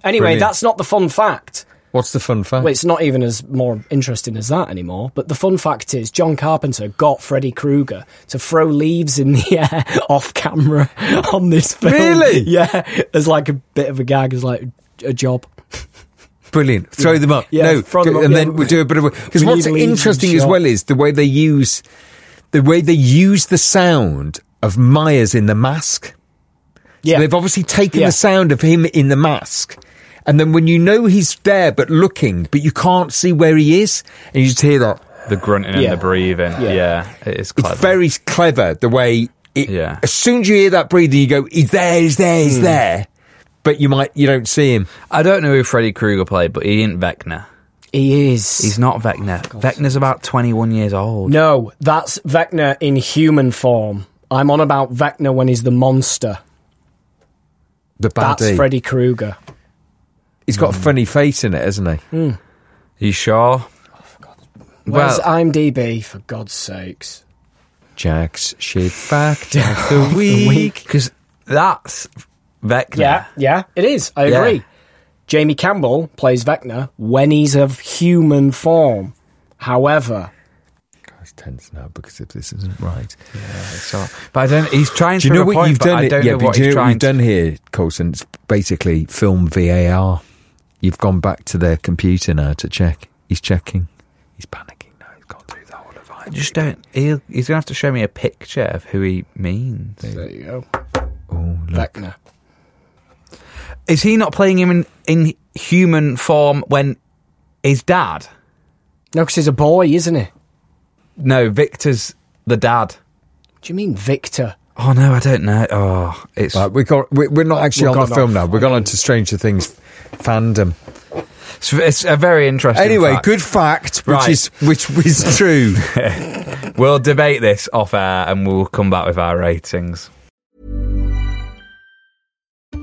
[SPEAKER 2] Anyway,
[SPEAKER 3] Brilliant.
[SPEAKER 2] that's not the fun fact.
[SPEAKER 3] What's the fun fact?
[SPEAKER 2] Well, it's not even as more interesting as that anymore. But the fun fact is, John Carpenter got Freddy Krueger to throw leaves in the air off camera on this film.
[SPEAKER 3] Really?
[SPEAKER 2] Yeah, as like a bit of a gag, as like a job.
[SPEAKER 3] Brilliant. Throw them up.
[SPEAKER 2] Yeah,
[SPEAKER 3] no,
[SPEAKER 2] throw them
[SPEAKER 3] do-
[SPEAKER 2] up,
[SPEAKER 3] and
[SPEAKER 2] yeah.
[SPEAKER 3] then we'll do a bit of because
[SPEAKER 2] We
[SPEAKER 3] what's
[SPEAKER 2] need leads
[SPEAKER 3] interesting
[SPEAKER 2] and
[SPEAKER 3] as
[SPEAKER 2] shot.
[SPEAKER 3] well is the way they use the way they use the sound of Myers in the mask.
[SPEAKER 2] Yeah,
[SPEAKER 3] They've obviously taken
[SPEAKER 2] Yeah.
[SPEAKER 3] the sound of him in the mask. And then when you know he's there but looking, but you can't see where he is, and you just hear that.
[SPEAKER 1] The grunting and
[SPEAKER 2] Yeah.
[SPEAKER 1] the breathing.
[SPEAKER 2] Yeah.
[SPEAKER 1] Yeah, it is
[SPEAKER 3] It's
[SPEAKER 1] clever.
[SPEAKER 3] very clever the way it
[SPEAKER 1] Yeah.
[SPEAKER 3] as soon as you hear that breathing you go, He's there, he's there, he's
[SPEAKER 2] Hmm.
[SPEAKER 3] there. But you might you don't see him.
[SPEAKER 1] I don't know who Freddy Krueger played, but he ain't Vecna.
[SPEAKER 2] he is.
[SPEAKER 1] He's not Vecna. Vecna's about 21 years old.
[SPEAKER 2] No, that's Vecna in human form. I'm on about Vecna when he's the monster.
[SPEAKER 3] The baddie.
[SPEAKER 2] That's Freddy Krueger.
[SPEAKER 3] He's got a funny face in it, hasn't he?
[SPEAKER 1] You sure?
[SPEAKER 2] Where's
[SPEAKER 1] Well,
[SPEAKER 2] IMDb, for God's sakes?
[SPEAKER 3] Jack's shit fact of the week.
[SPEAKER 1] because that's Vecna.
[SPEAKER 2] Yeah, yeah, it is. I
[SPEAKER 1] Yeah.
[SPEAKER 2] agree. Jamie Campbell plays Vecna when he's of human form. However,
[SPEAKER 3] It's tense now because if this isn't right.
[SPEAKER 1] So, but I don't. He's trying to
[SPEAKER 3] Do you know
[SPEAKER 1] prove a
[SPEAKER 3] what
[SPEAKER 1] point,
[SPEAKER 3] you've
[SPEAKER 1] but
[SPEAKER 3] done?
[SPEAKER 1] I don't
[SPEAKER 3] yeah,
[SPEAKER 1] know
[SPEAKER 3] but
[SPEAKER 1] what
[SPEAKER 3] do you
[SPEAKER 1] he's
[SPEAKER 3] know what
[SPEAKER 1] trying
[SPEAKER 3] you've
[SPEAKER 1] to
[SPEAKER 3] done here, Colson? It's basically film VAR. You've gone back to their computer now to check. He's checking. He's panicking now. He's gone through the whole of
[SPEAKER 1] I
[SPEAKER 3] it.
[SPEAKER 1] just don't. He'll, he's gonna have to show me a picture of who he means.
[SPEAKER 2] there you go.
[SPEAKER 3] Oh, look.
[SPEAKER 2] Vecna.
[SPEAKER 1] Is he not playing him in, in human form when his dad?
[SPEAKER 2] No, because he's a boy, isn't he?
[SPEAKER 1] No, Victor's the dad.
[SPEAKER 2] Do you mean Victor?
[SPEAKER 1] Oh no, I don't know. Oh, it's
[SPEAKER 3] Right, we got, we- we're not actually
[SPEAKER 2] We've
[SPEAKER 3] on the
[SPEAKER 2] gone
[SPEAKER 3] film
[SPEAKER 2] off.
[SPEAKER 3] now. We're going on to Stranger Things fandom.
[SPEAKER 1] it's, it's a very interesting.
[SPEAKER 3] Anyway,
[SPEAKER 1] fact.
[SPEAKER 3] good fact, which
[SPEAKER 1] Right.
[SPEAKER 3] is which is true.
[SPEAKER 1] We'll debate this off air, and we'll come back with our ratings.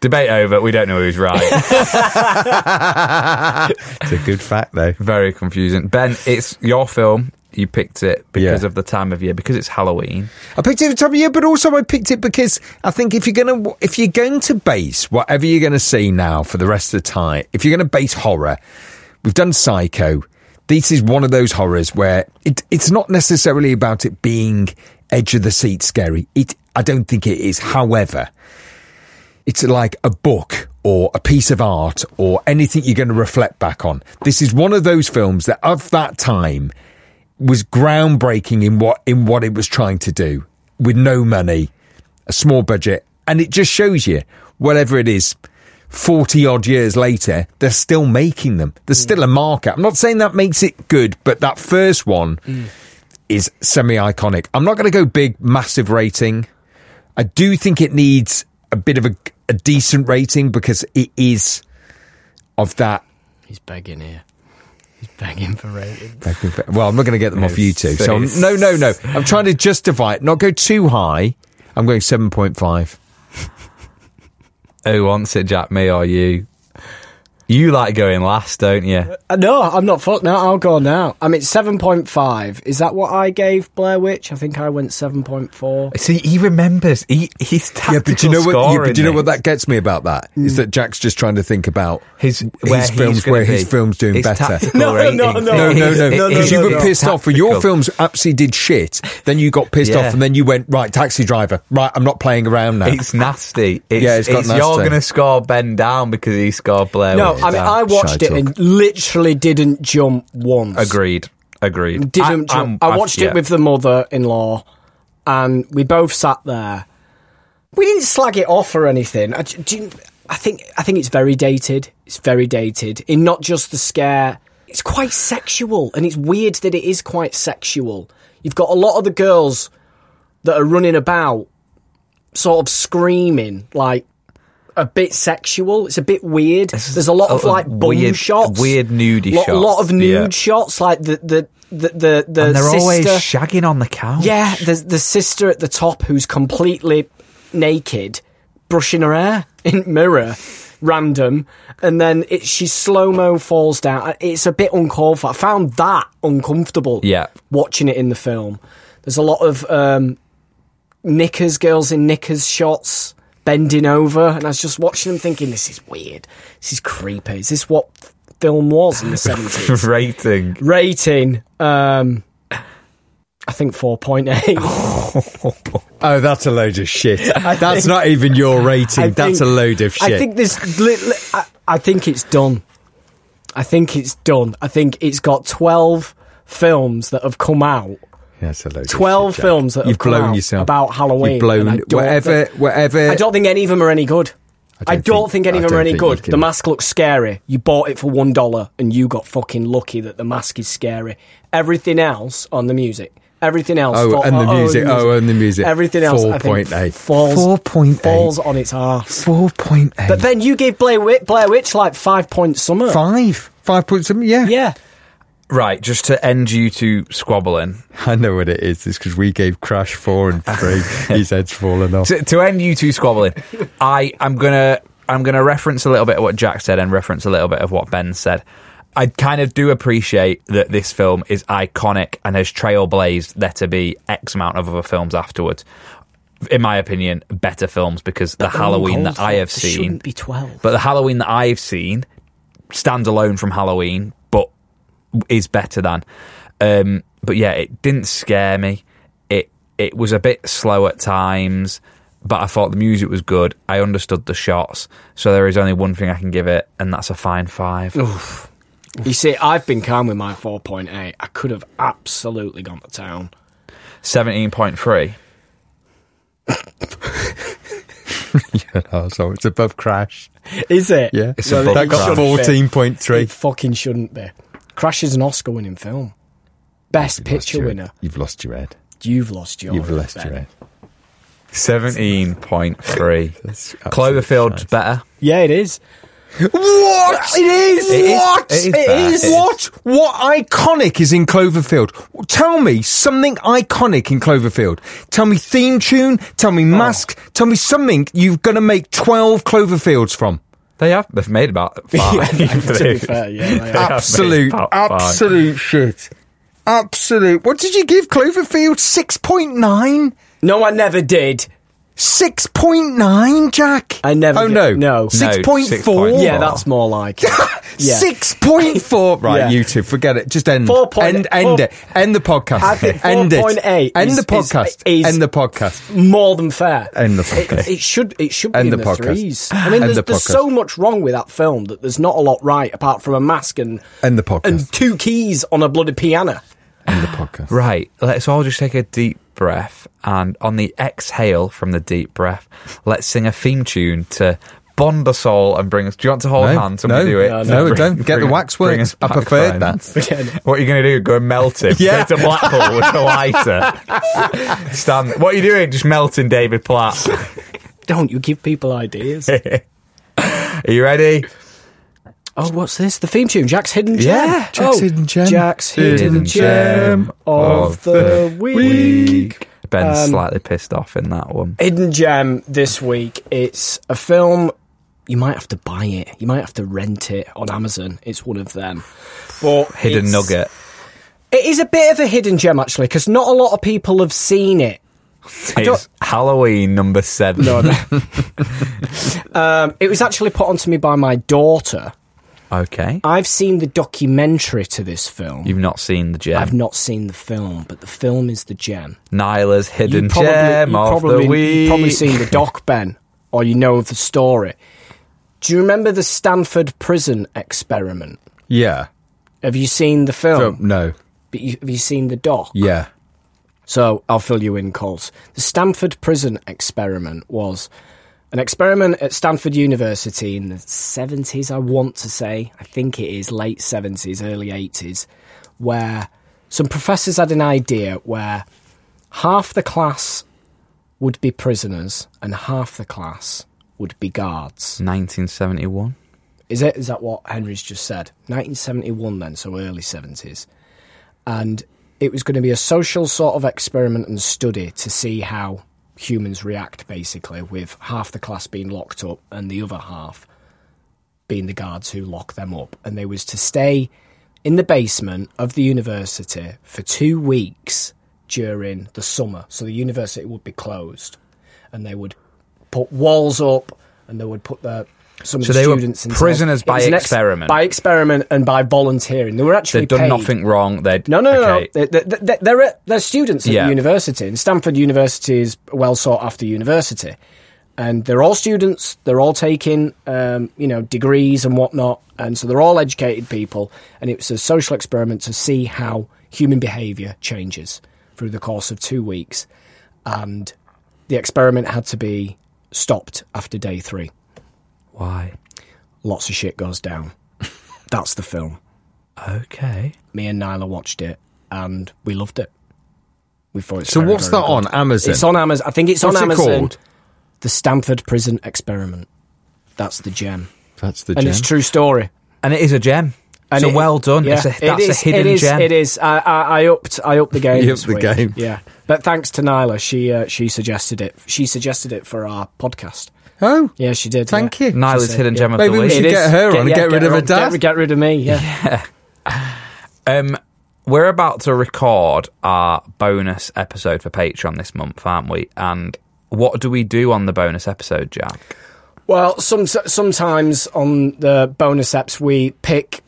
[SPEAKER 1] Debate over. We don't know who's right.
[SPEAKER 3] it's a good fact, though.
[SPEAKER 1] very confusing. Ben, it's your film. You picked it because
[SPEAKER 3] Yeah.
[SPEAKER 1] of the time of year, because it's Halloween.
[SPEAKER 3] I picked it at the top of the year, but also I picked it because I think if you're gonna if you're going to base whatever you're going to see now for the rest of the time, if you're going to base horror, we've done Psycho. This is one of those horrors where it, it's not necessarily about it being edge of the seat scary. It I don't think it is. However, it's like a book or a piece of art or anything you're going to reflect back on. This is one of those films that of that time was groundbreaking in what in what it was trying to do with no money, a small budget, and it just shows you whatever it is. 40 odd years later, they're still making them. There's still a market. I'm not saying that makes it good, but that first one is semi iconic. I'm not going to go big, massive rating. I do think it needs a bit of a, a decent rating because it is of that.
[SPEAKER 2] He's begging here. He's begging for ratings.
[SPEAKER 3] Well, I'm not going to get them off YouTube. So I'm-
[SPEAKER 1] It's-
[SPEAKER 3] no, no, no. I'm trying to justify it. Not go too high. I'm going seven point five.
[SPEAKER 1] Who wants it, Jack? Me or you? You like going last, don't you?
[SPEAKER 2] Uh, no, I'm not fucked now. I'll go now. I mean, 7.5. Is that what I gave Blair Witch? I think I went 7.4.
[SPEAKER 1] See, he remembers. He he's tactical
[SPEAKER 3] Yeah, but you know what?
[SPEAKER 1] scoring
[SPEAKER 3] yeah, but you know what
[SPEAKER 1] these.
[SPEAKER 3] that gets me about that is that Jack's just trying to think about
[SPEAKER 1] his where he's
[SPEAKER 3] films
[SPEAKER 1] gonna
[SPEAKER 3] where his
[SPEAKER 1] be.
[SPEAKER 3] films doing
[SPEAKER 1] His
[SPEAKER 3] better.
[SPEAKER 1] tactical
[SPEAKER 2] No, no,
[SPEAKER 1] ratings.
[SPEAKER 2] no,
[SPEAKER 3] No, no,
[SPEAKER 2] It-
[SPEAKER 3] no.
[SPEAKER 2] it- it
[SPEAKER 3] Because
[SPEAKER 2] is
[SPEAKER 3] you were
[SPEAKER 2] not
[SPEAKER 3] pissed off for your
[SPEAKER 1] tactical.
[SPEAKER 3] films absolutely did shit. Then you got pissed
[SPEAKER 1] Yeah.
[SPEAKER 3] off and then you went, right, taxi driver. Right, I'm not playing around now.
[SPEAKER 1] It's nasty. It's,
[SPEAKER 3] Yeah, it's got
[SPEAKER 1] You're
[SPEAKER 3] nasty.
[SPEAKER 1] going to score Ben down because he scored Blair.
[SPEAKER 2] No,
[SPEAKER 1] Witch
[SPEAKER 2] I mean,
[SPEAKER 1] down.
[SPEAKER 2] I watched
[SPEAKER 3] shy
[SPEAKER 2] it and literally didn't jump once.
[SPEAKER 1] Agreed. Agreed.
[SPEAKER 2] Didn't
[SPEAKER 1] I,
[SPEAKER 2] I,
[SPEAKER 1] I'm-
[SPEAKER 2] I
[SPEAKER 1] I've-
[SPEAKER 2] watched
[SPEAKER 1] yeah.
[SPEAKER 2] it with the mother in law, and we both sat there. We didn't slag it off or anything. I, j- do you- I think I think it's very dated. It's very dated in not just the scare. It's quite sexual, and it's weird that it is quite sexual. You've got a lot of the girls that are running about, sort of screaming like a bit sexual. It's a bit weird. There's a lot
[SPEAKER 1] a-
[SPEAKER 2] of
[SPEAKER 1] a
[SPEAKER 2] like bum
[SPEAKER 1] weird-
[SPEAKER 2] shots,
[SPEAKER 1] weird nudie
[SPEAKER 2] lot, lot
[SPEAKER 1] shots,
[SPEAKER 2] of nude
[SPEAKER 1] yeah.
[SPEAKER 2] shots, like the the the the, the
[SPEAKER 1] and they're
[SPEAKER 2] sister.
[SPEAKER 1] always shagging on the couch.
[SPEAKER 2] yeah, the the sister at the top who's completely naked, brushing her hair in mirror, random, and then it, she slow mo falls down. Uh, It's a bit uncalled for. I found that uncomfortable.
[SPEAKER 1] Yeah.
[SPEAKER 2] watching it in the film, there's a lot of um, knickers, girls in knickers shots bending over, and I was just watching them thinking, this is weird. This is creepy. Is this what f- film was in the 70s?
[SPEAKER 1] rating.
[SPEAKER 2] rating um i think 4.8
[SPEAKER 3] Oh, that's a load of shit. that's not even your rating.
[SPEAKER 2] I
[SPEAKER 3] that's a
[SPEAKER 2] think-
[SPEAKER 3] load of shit.
[SPEAKER 2] i think this li- li- I, I think it's done i think it's done i think it's got 12 films that have come out
[SPEAKER 3] that's a load
[SPEAKER 2] 12
[SPEAKER 3] of shit, Jack.
[SPEAKER 2] films that have
[SPEAKER 3] You've
[SPEAKER 2] come
[SPEAKER 3] blown
[SPEAKER 2] out
[SPEAKER 3] yourself.
[SPEAKER 2] about Halloween,
[SPEAKER 3] You've blown
[SPEAKER 2] and I don't
[SPEAKER 3] whatever,
[SPEAKER 2] think-
[SPEAKER 3] whatever.
[SPEAKER 2] i don't think any of them are any good I
[SPEAKER 3] don't
[SPEAKER 2] don't
[SPEAKER 3] think-
[SPEAKER 2] think, any
[SPEAKER 3] I
[SPEAKER 2] of them are
[SPEAKER 3] don't
[SPEAKER 2] any
[SPEAKER 3] think
[SPEAKER 2] good.
[SPEAKER 3] you can-
[SPEAKER 2] The mask looks scary. You bought it for one dollar, and you got fucking lucky that the mask is scary. Everything else on the music, everything else.
[SPEAKER 3] Oh, and the music. Oh, and the music.
[SPEAKER 2] Everything else. I think,
[SPEAKER 3] 4.8.
[SPEAKER 2] Falls.
[SPEAKER 3] 4.8.
[SPEAKER 2] Falls on its arse.
[SPEAKER 3] four point eight.
[SPEAKER 2] But then you gave Blair Witch, Blair Witch like five point summer.
[SPEAKER 3] five, five point seven. Yeah,
[SPEAKER 2] Yeah.
[SPEAKER 1] Right, just to end you two squabbling.
[SPEAKER 3] I know what it is. It's because we gave Crash four and three. His head's fallen off.
[SPEAKER 1] To, to end you two squabbling, I am gonna I'm gonna reference a little bit of what Jack said and reference a little bit of what Ben said. I kind of do appreciate that this film is iconic and has trailblazed there to be X amount of other films afterwards. In my opinion, better films because the Halloween that I have
[SPEAKER 2] Oh There
[SPEAKER 1] seen
[SPEAKER 2] shouldn't be twelve.
[SPEAKER 1] But the Halloween that I've seen stands alone from Halloween, but is better than. Um, but yeah, it didn't scare me. It it was a bit slow at times, but I thought the music was good. I understood the shots, so there is only one thing I can give it, and that's a fine five.
[SPEAKER 2] you see, I've been calm with my four point eight. I could have absolutely gone to town.
[SPEAKER 1] Seventeen point three.
[SPEAKER 3] Oh, so it's above Crash.
[SPEAKER 2] Is it?
[SPEAKER 3] Yeah,
[SPEAKER 1] It's above
[SPEAKER 3] that got
[SPEAKER 1] Crash.
[SPEAKER 3] fourteen point three.
[SPEAKER 2] It fucking shouldn't be. Crash is an Oscar winning film. Best picture winner.
[SPEAKER 3] You've lost your head.
[SPEAKER 2] You've lost your
[SPEAKER 3] You've lost
[SPEAKER 2] bet.
[SPEAKER 3] your head.
[SPEAKER 1] Seventeen point three.
[SPEAKER 3] That's
[SPEAKER 1] Cloverfield's better.
[SPEAKER 2] Yeah, it is.
[SPEAKER 3] What? It is.
[SPEAKER 1] It is-
[SPEAKER 3] what?
[SPEAKER 1] it is bad. It is.
[SPEAKER 3] What? What iconic is in Cloverfield? Tell me something iconic in Cloverfield. Tell me theme tune. Tell
[SPEAKER 1] Oh.
[SPEAKER 3] me mask. Tell me something you're going to make 12 Cloverfields from.
[SPEAKER 1] They have they've made about five.
[SPEAKER 2] to be fair, yeah. they are.
[SPEAKER 3] Absolute.
[SPEAKER 1] about five.
[SPEAKER 3] Absolute shit. Absolute. What did you give Cloverfield? 6.9?
[SPEAKER 2] No, I never did.
[SPEAKER 3] 6.9, Jack?
[SPEAKER 2] I never
[SPEAKER 3] Oh,
[SPEAKER 2] did.
[SPEAKER 3] no.
[SPEAKER 2] No. No,
[SPEAKER 3] 6.4?
[SPEAKER 2] Yeah, that's more like it. Yeah.
[SPEAKER 3] Six point four. Right,
[SPEAKER 2] Yeah.
[SPEAKER 3] you two, forget it. Just end.
[SPEAKER 2] Four point-
[SPEAKER 3] end. End
[SPEAKER 2] four-
[SPEAKER 3] it. End the podcast.
[SPEAKER 2] I think
[SPEAKER 3] end it.
[SPEAKER 2] 4.8
[SPEAKER 3] End
[SPEAKER 2] is-
[SPEAKER 3] the podcast.
[SPEAKER 2] is- is-
[SPEAKER 3] end the podcast.
[SPEAKER 2] More than fair.
[SPEAKER 3] End the
[SPEAKER 2] It,
[SPEAKER 3] podcast.
[SPEAKER 2] it should it should
[SPEAKER 3] End
[SPEAKER 2] be in
[SPEAKER 3] the
[SPEAKER 2] the,
[SPEAKER 3] podcast.
[SPEAKER 2] threes. I mean,
[SPEAKER 3] End the
[SPEAKER 2] there's, there's
[SPEAKER 3] podcast.
[SPEAKER 2] so much wrong with that film that there's not a lot right apart from a mask and
[SPEAKER 3] End the podcast.
[SPEAKER 2] and two keys on a bloody piano.
[SPEAKER 3] end the podcast.
[SPEAKER 1] Right, let's all just take a deep breath, and on the exhale from the deep breath, let's sing a theme tune to bond us all and bring us. Do you want to hold
[SPEAKER 3] No,
[SPEAKER 1] hands when we
[SPEAKER 3] no,
[SPEAKER 1] do it?
[SPEAKER 3] no, no,
[SPEAKER 1] Bring-
[SPEAKER 3] don't. Get the
[SPEAKER 1] bring-
[SPEAKER 3] waxworks.
[SPEAKER 1] bring us
[SPEAKER 3] I
[SPEAKER 1] back,
[SPEAKER 3] preferred
[SPEAKER 1] friends.
[SPEAKER 2] that.
[SPEAKER 1] What are you going to do? Go and melt him?
[SPEAKER 3] Yeah.
[SPEAKER 1] Go to Blackpool with a lighter. Stand. What are you doing? Just melting David Platt.
[SPEAKER 2] Don't you give people ideas?
[SPEAKER 1] Are you ready?
[SPEAKER 2] oh, what's this? The theme tune, Jack's Hidden Gem.
[SPEAKER 1] Yeah,
[SPEAKER 3] Jack's
[SPEAKER 2] Oh,
[SPEAKER 3] Hidden Gem.
[SPEAKER 2] Jack's Hidden,
[SPEAKER 1] Hidden
[SPEAKER 2] Gem
[SPEAKER 1] Gem
[SPEAKER 2] of,
[SPEAKER 1] of
[SPEAKER 2] the, week.
[SPEAKER 1] Ben's slightly pissed off in that one.
[SPEAKER 2] Hidden Gem this week. It's a film. You might have to buy it. You might have to rent it on Amazon. It's one of them. But
[SPEAKER 1] Hidden
[SPEAKER 2] it's-
[SPEAKER 1] nugget.
[SPEAKER 2] It is a bit of a hidden gem actually, because not a lot of people have seen it. don't-
[SPEAKER 1] It's Halloween number seven.
[SPEAKER 2] Um, it was actually put onto me by my daughter.
[SPEAKER 1] okay.
[SPEAKER 2] I've seen the documentary to this film.
[SPEAKER 1] You've not seen the gem.
[SPEAKER 2] I've not seen the film, but the film is the gem.
[SPEAKER 1] Nyla's hidden
[SPEAKER 2] probably,
[SPEAKER 1] gem
[SPEAKER 2] you
[SPEAKER 1] of
[SPEAKER 2] probably,
[SPEAKER 1] the week.
[SPEAKER 2] You've probably seen the doc, Ben, or you know of the story. Do you remember the Stanford prison experiment?
[SPEAKER 3] Yeah.
[SPEAKER 2] Have you seen the film?
[SPEAKER 3] Don't- no.
[SPEAKER 2] But you, have you seen the doc?
[SPEAKER 3] Yeah.
[SPEAKER 2] So I'll fill you in, Colt. The Stanford Prison Experiment was an experiment at Stanford University in the 70s, I want to say. I think it is late 70s, early 80s, where some professors had an idea where half the class would be prisoners and half the class would be guards.
[SPEAKER 1] 1971.
[SPEAKER 2] Is it? Is that what Henry's just said? 1971, then, so early 70s. And it was going to be a social sort of experiment and study to see how humans react, basically, with half the class being locked up and the other half being the guards who lock them up. And they was to stay in the basement of the university for two weeks during the summer. So the university would be closed and they would put walls up and they would put the some
[SPEAKER 1] So
[SPEAKER 2] of the
[SPEAKER 1] they were
[SPEAKER 2] students in
[SPEAKER 1] prisoners
[SPEAKER 2] It
[SPEAKER 1] by
[SPEAKER 2] was an
[SPEAKER 1] experiment.
[SPEAKER 2] by experiment and by volunteering. They were actually
[SPEAKER 1] They'd done
[SPEAKER 2] paid.
[SPEAKER 1] nothing wrong. They'd
[SPEAKER 2] No, no,
[SPEAKER 1] okay.
[SPEAKER 2] no. They're, they're, they're, uh, they're students at
[SPEAKER 1] Yeah.
[SPEAKER 2] the university, and Stanford University is a well sought after university. And they're all students. They're all taking, um, you know, degrees and whatnot, and so they're all educated people. And it was a social experiment to see how human behaviour changes through the course of two weeks. And the experiment had to be stopped after day three.
[SPEAKER 1] Why?
[SPEAKER 2] Lots of shit goes down. That's the film
[SPEAKER 1] Okay.
[SPEAKER 2] me and Nyla watched it and we loved it. We thought it's
[SPEAKER 3] So
[SPEAKER 2] very,
[SPEAKER 3] what's
[SPEAKER 2] very
[SPEAKER 3] that
[SPEAKER 2] good.
[SPEAKER 3] on? Amazon?
[SPEAKER 2] It's on Amazon. I think it's
[SPEAKER 3] What's
[SPEAKER 2] on
[SPEAKER 3] it
[SPEAKER 2] Amazon.
[SPEAKER 3] called?
[SPEAKER 2] The Stanford Prison Experiment. That's the gem,
[SPEAKER 3] That's the
[SPEAKER 2] and it's true story.
[SPEAKER 1] And it is a gem.
[SPEAKER 2] And
[SPEAKER 1] so
[SPEAKER 2] it-
[SPEAKER 1] well done.
[SPEAKER 2] Yeah,
[SPEAKER 1] It's a,
[SPEAKER 2] it
[SPEAKER 1] that's
[SPEAKER 2] is-
[SPEAKER 1] a hidden
[SPEAKER 2] it is,
[SPEAKER 1] gem.
[SPEAKER 2] It is. I, I, I upped. I upped the game.
[SPEAKER 3] You
[SPEAKER 2] this
[SPEAKER 3] upped the
[SPEAKER 2] week.
[SPEAKER 3] game.
[SPEAKER 2] Yeah, but thanks to Nyla, she uh, she suggested it. She suggested it for our podcast.
[SPEAKER 3] Oh,
[SPEAKER 2] Yeah, she did.
[SPEAKER 3] Thank
[SPEAKER 2] yeah.
[SPEAKER 3] you.
[SPEAKER 2] She
[SPEAKER 1] Nyla's
[SPEAKER 2] said,
[SPEAKER 1] hidden
[SPEAKER 2] yeah.
[SPEAKER 1] gem of
[SPEAKER 3] Maybe
[SPEAKER 1] the
[SPEAKER 3] we
[SPEAKER 1] week.
[SPEAKER 3] should
[SPEAKER 2] It is.
[SPEAKER 3] get her on and get rid of
[SPEAKER 2] her
[SPEAKER 3] her
[SPEAKER 2] on- get-
[SPEAKER 3] dad.
[SPEAKER 2] Get rid of me. Yeah.
[SPEAKER 1] Um, we're about to record our bonus episode for Patreon this month, aren't we? And what do we do on the bonus episode, Jack?
[SPEAKER 2] Well, some sometimes on the bonus apps we pick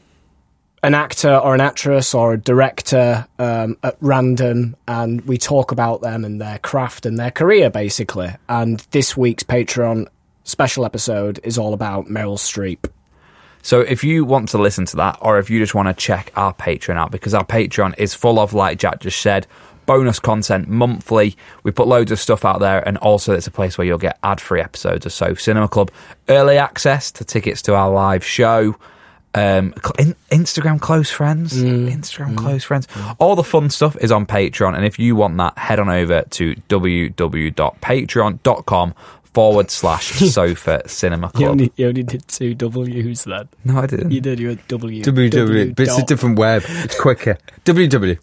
[SPEAKER 2] an actor or an actress or a director um, at random, and we talk about them and their craft and their career, basically. And this week's Patreon special episode is all about Meryl Streep.
[SPEAKER 1] So if you want to listen to that, or if you just want to check our Patreon out, because our Patreon is full of, like Jack just said, bonus content monthly. We put loads of stuff out there, and also it's a place where you'll get ad free episodes or so. Cinema Club, early access to tickets to our live show. Um, cl- in, Instagram close friends,
[SPEAKER 2] Mm.
[SPEAKER 1] Instagram close friends. All the fun stuff is on Patreon, and if you want that, head on over to www.patreon.com forward slash sofa cinema
[SPEAKER 2] You
[SPEAKER 1] club.
[SPEAKER 2] only, you only did two W's then.
[SPEAKER 1] No, I didn't.
[SPEAKER 2] You did. You had W. E.
[SPEAKER 3] www. E. But it's a
[SPEAKER 2] dot.
[SPEAKER 3] different web. It's quicker. E.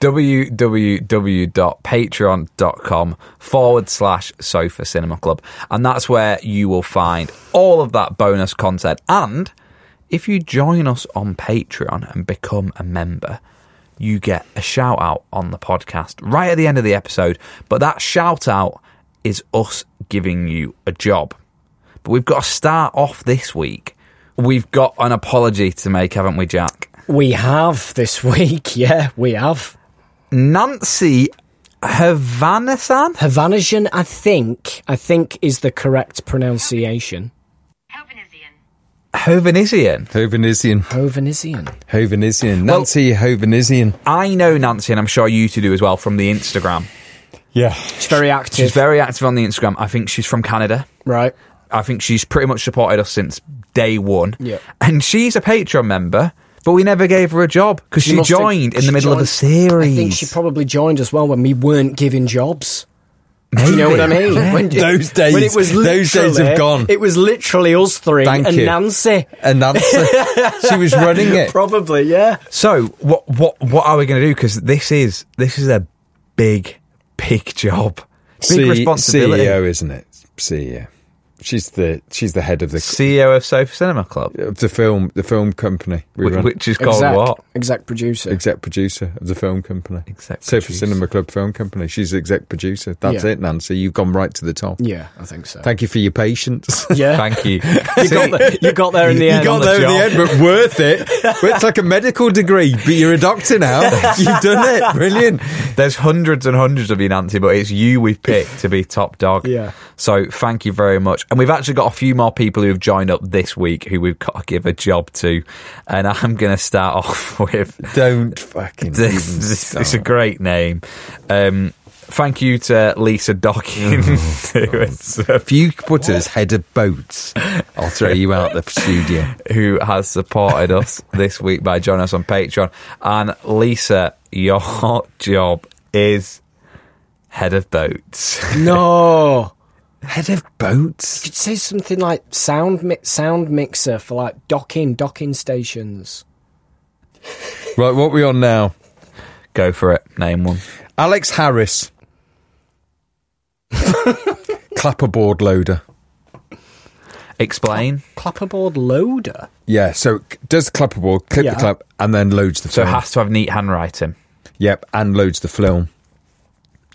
[SPEAKER 3] www.
[SPEAKER 1] www.patreon.com forward slash sofa cinema club. And that's where you will find all of that bonus content. And if you join us on Patreon and become a member, you get a shout out on the podcast right at the end of the episode. But that shout out is us giving you a job. But we've got to start off this week. We've got an apology to make, haven't we, Jack?
[SPEAKER 2] We have this week. Yeah, we have.
[SPEAKER 1] Nancy Havanasan?
[SPEAKER 2] Havanajan, I think, I think is the correct pronunciation.
[SPEAKER 1] Hovenizian.
[SPEAKER 3] Hovenisian.
[SPEAKER 2] Hovenizian.
[SPEAKER 3] Hovenisian. Nancy Hovenisian.
[SPEAKER 1] I know Nancy, and I'm sure you two do as well from the Instagram.
[SPEAKER 3] Yeah.
[SPEAKER 2] She's very active.
[SPEAKER 1] She's very active on the Instagram. I think she's from Canada.
[SPEAKER 2] right.
[SPEAKER 1] I think she's pretty much supported us since day one.
[SPEAKER 2] Yeah.
[SPEAKER 1] And she's a Patreon member, but we never gave her a job because she,
[SPEAKER 2] must have-
[SPEAKER 1] joined in
[SPEAKER 2] she
[SPEAKER 1] the middle of
[SPEAKER 2] joined-
[SPEAKER 1] the series.
[SPEAKER 2] I think she probably joined as well when we weren't giving jobs. Do you know what I mean? When,
[SPEAKER 3] Those days- those days have
[SPEAKER 2] literally-
[SPEAKER 3] gone.
[SPEAKER 2] It was literally us three
[SPEAKER 3] Thank
[SPEAKER 2] and
[SPEAKER 3] you.
[SPEAKER 2] Nancy.
[SPEAKER 3] And Nancy, she was running it.
[SPEAKER 2] Probably, yeah.
[SPEAKER 1] So what what what are we going to do? Because this is this is a big big job, big
[SPEAKER 3] C- E
[SPEAKER 1] responsibility.
[SPEAKER 3] CEO, isn't it? CEO. She's the she's the head of the
[SPEAKER 1] CEO E of Sofa Cinema Club,
[SPEAKER 3] of the film the film company we
[SPEAKER 1] which,
[SPEAKER 3] run.
[SPEAKER 1] which is called
[SPEAKER 2] Exec-
[SPEAKER 1] what?
[SPEAKER 2] Exec producer.
[SPEAKER 3] exec producer of the film company.
[SPEAKER 1] Exec
[SPEAKER 3] So for
[SPEAKER 1] producer.
[SPEAKER 3] Cinema Club Film Company, she's the exec producer. That's
[SPEAKER 2] Yeah.
[SPEAKER 3] it, Nancy. You've gone right to the top.
[SPEAKER 2] Yeah, I think so.
[SPEAKER 3] Thank you for your patience.
[SPEAKER 2] yeah.
[SPEAKER 1] Thank you.
[SPEAKER 2] you, got there, you got there in the
[SPEAKER 3] you
[SPEAKER 2] end.
[SPEAKER 3] got
[SPEAKER 2] on the
[SPEAKER 3] there
[SPEAKER 2] job.
[SPEAKER 3] in the end, but worth it. It's like a medical degree, but you're a doctor now. You've done it. Brilliant.
[SPEAKER 1] There's hundreds and hundreds of you, Nancy, but it's you we've picked to be top dog.
[SPEAKER 2] Yeah.
[SPEAKER 1] So thank you very much. And we've actually got a few more people who have joined up this week who we've got to give a job to. And I'm going to start off with
[SPEAKER 3] Don't fucking. even
[SPEAKER 1] this, it's a
[SPEAKER 3] start.
[SPEAKER 1] great name. Um, thank you to Lisa Dawkins,
[SPEAKER 2] Oh,
[SPEAKER 1] who, is, uh,
[SPEAKER 3] If you put us head of boats, I'll throw you out the studio.
[SPEAKER 1] who has supported us this week by joining us on Patreon. And Lisa, your job is head of boats.
[SPEAKER 3] Oh.
[SPEAKER 2] No.
[SPEAKER 3] Head of boats?
[SPEAKER 2] Could say something like sound mi- sound mixer for like docking docking stations.
[SPEAKER 3] Right, what we on now?
[SPEAKER 1] Go for it. Name one.
[SPEAKER 3] Alex Harris. Clapperboard loader.
[SPEAKER 1] Explain.
[SPEAKER 2] Clapperboard loader.
[SPEAKER 3] Yeah, so c- does the clapperboard, clip
[SPEAKER 2] Yeah.
[SPEAKER 3] the clap, and then loads the
[SPEAKER 1] So
[SPEAKER 3] film.
[SPEAKER 1] it has to have neat handwriting.
[SPEAKER 3] yep, and loads the film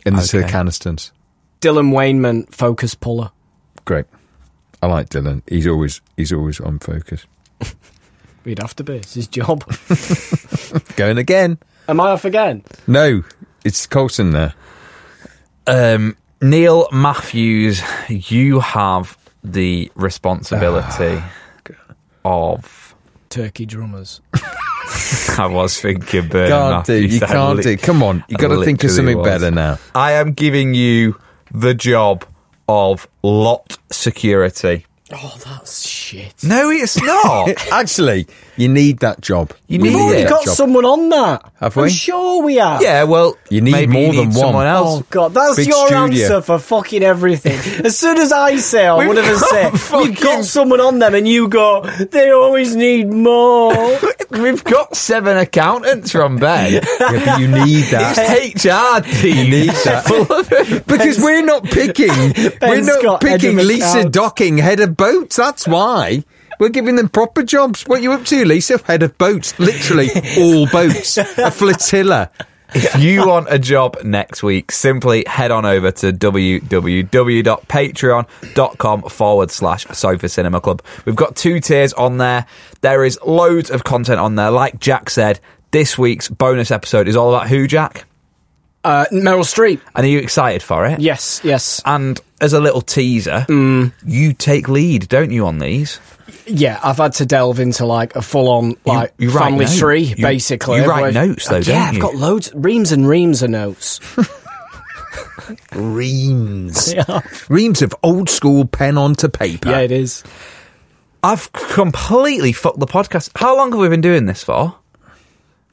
[SPEAKER 3] in the
[SPEAKER 1] Okay.
[SPEAKER 3] canisters.
[SPEAKER 2] Dylan Wainman focus puller.
[SPEAKER 3] Great. I like Dylan. He's always he's always on focus.
[SPEAKER 2] He'd have to be. It's his job.
[SPEAKER 3] Going again.
[SPEAKER 2] Am I off again?
[SPEAKER 3] No, it's Colson there.
[SPEAKER 1] Um, Neil Matthews, you have the responsibility of.
[SPEAKER 2] Turkey drummers.
[SPEAKER 1] I was thinking, Bernard
[SPEAKER 3] Can't do.
[SPEAKER 1] Matthews,
[SPEAKER 3] You
[SPEAKER 1] I
[SPEAKER 3] can't
[SPEAKER 1] li-
[SPEAKER 3] do. Come on. You
[SPEAKER 1] I
[SPEAKER 3] got to think of
[SPEAKER 1] literally
[SPEAKER 3] something
[SPEAKER 1] was.
[SPEAKER 3] better now.
[SPEAKER 1] I am giving you the job of lot security.
[SPEAKER 2] Oh, that's shit.
[SPEAKER 1] No, it's not.
[SPEAKER 3] Actually, you need that job.
[SPEAKER 1] You
[SPEAKER 3] We
[SPEAKER 1] need
[SPEAKER 2] We've already
[SPEAKER 1] Yeah.
[SPEAKER 3] that
[SPEAKER 2] got
[SPEAKER 3] job.
[SPEAKER 2] someone on that.
[SPEAKER 3] Have
[SPEAKER 2] I'm
[SPEAKER 3] we?
[SPEAKER 2] sure we are.
[SPEAKER 1] yeah, well,
[SPEAKER 3] You need
[SPEAKER 1] maybe
[SPEAKER 3] more
[SPEAKER 1] you
[SPEAKER 3] than
[SPEAKER 1] need
[SPEAKER 3] one.
[SPEAKER 1] Someone else.
[SPEAKER 2] Oh God, that's
[SPEAKER 3] Big
[SPEAKER 2] your
[SPEAKER 3] studio.
[SPEAKER 2] answer for fucking everything. As soon as I say, or
[SPEAKER 1] We've
[SPEAKER 2] one of us
[SPEAKER 1] got
[SPEAKER 2] say,
[SPEAKER 1] fucking-
[SPEAKER 2] you've got someone on them, and you go, they always need more.
[SPEAKER 1] We've got seven accountants from Ben.
[SPEAKER 3] Yeah, but you need that.
[SPEAKER 1] It's HR team. Full of it.
[SPEAKER 3] Because we're not picking, we're not
[SPEAKER 2] got head of
[SPEAKER 3] picking Lisa
[SPEAKER 2] accounts.
[SPEAKER 3] Docking, head of boats. That's why we're giving them proper jobs. What you up to, Lisa? Head of boats, literally all boats, a flotilla.
[SPEAKER 1] If you want a job next week, simply head on over to www.patreon.com forward slash sofa cinema club. We've got two tiers on there. There is loads of content on there. Like Jack said, this week's bonus episode is all about who, Jack?
[SPEAKER 2] Uh, Meryl Streep.
[SPEAKER 1] And are you excited for it?
[SPEAKER 2] Yes, yes,
[SPEAKER 1] And as a little teaser,
[SPEAKER 2] Mm.
[SPEAKER 1] you take lead, don't you, on these?
[SPEAKER 2] yeah. I've had to delve into like a full-on like
[SPEAKER 1] you write
[SPEAKER 2] family
[SPEAKER 1] notes.
[SPEAKER 2] tree,
[SPEAKER 1] You-
[SPEAKER 2] basically.
[SPEAKER 1] you write
[SPEAKER 2] I've-
[SPEAKER 1] notes, though,
[SPEAKER 2] yeah,
[SPEAKER 1] don't
[SPEAKER 2] I've
[SPEAKER 1] you?
[SPEAKER 2] got loads, reams and reams of notes.
[SPEAKER 3] Reams. Reams of old school pen onto paper.
[SPEAKER 2] yeah, it is.
[SPEAKER 1] I've completely fucked the podcast. How long have we been doing this for?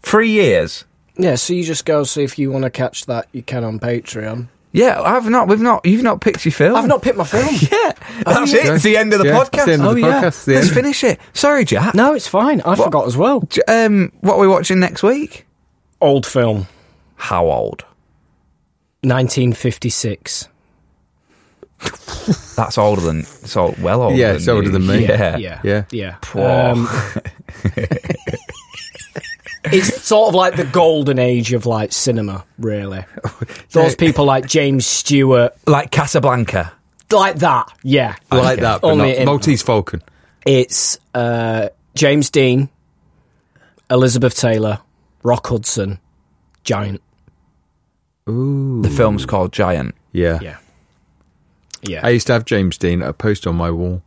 [SPEAKER 1] Three years.
[SPEAKER 2] Yeah, so you just go see if you want to catch that. You can on Patreon.
[SPEAKER 1] Yeah, I've not. We've not. You've not picked your film.
[SPEAKER 2] I've not picked my film.
[SPEAKER 1] Oh. Yeah, that's it. It's the end of the
[SPEAKER 3] Oh, Yeah, it's
[SPEAKER 1] podcast.
[SPEAKER 3] the end of the
[SPEAKER 2] Oh, yeah.
[SPEAKER 3] podcast, the
[SPEAKER 1] Let's
[SPEAKER 3] end.
[SPEAKER 1] finish it. Sorry, Jack.
[SPEAKER 2] No, it's fine. I forgot as well.
[SPEAKER 1] J- Um, what are we watching next week?
[SPEAKER 2] Old film,
[SPEAKER 1] How old?
[SPEAKER 2] 1956.
[SPEAKER 1] That's older than so well older.
[SPEAKER 3] Yeah,
[SPEAKER 1] than
[SPEAKER 3] it's older
[SPEAKER 1] you.
[SPEAKER 3] than me.
[SPEAKER 1] Yeah.
[SPEAKER 2] Yeah.
[SPEAKER 3] Yeah.
[SPEAKER 2] Yeah. Um,
[SPEAKER 1] Wow.
[SPEAKER 2] it's sort of like the golden age of like cinema, really. Those people like James Stewart,
[SPEAKER 1] like Casablanca.
[SPEAKER 2] like that. Yeah.
[SPEAKER 3] Like that, but
[SPEAKER 2] Only
[SPEAKER 3] not
[SPEAKER 2] in-
[SPEAKER 3] Maltese Falcon.
[SPEAKER 2] It's uh, James Dean, Elizabeth Taylor, Rock Hudson, Giant.
[SPEAKER 1] The film's called Giant.
[SPEAKER 3] Yeah.
[SPEAKER 2] Yeah. Yeah.
[SPEAKER 3] I used to have James Dean at a poster on my wall.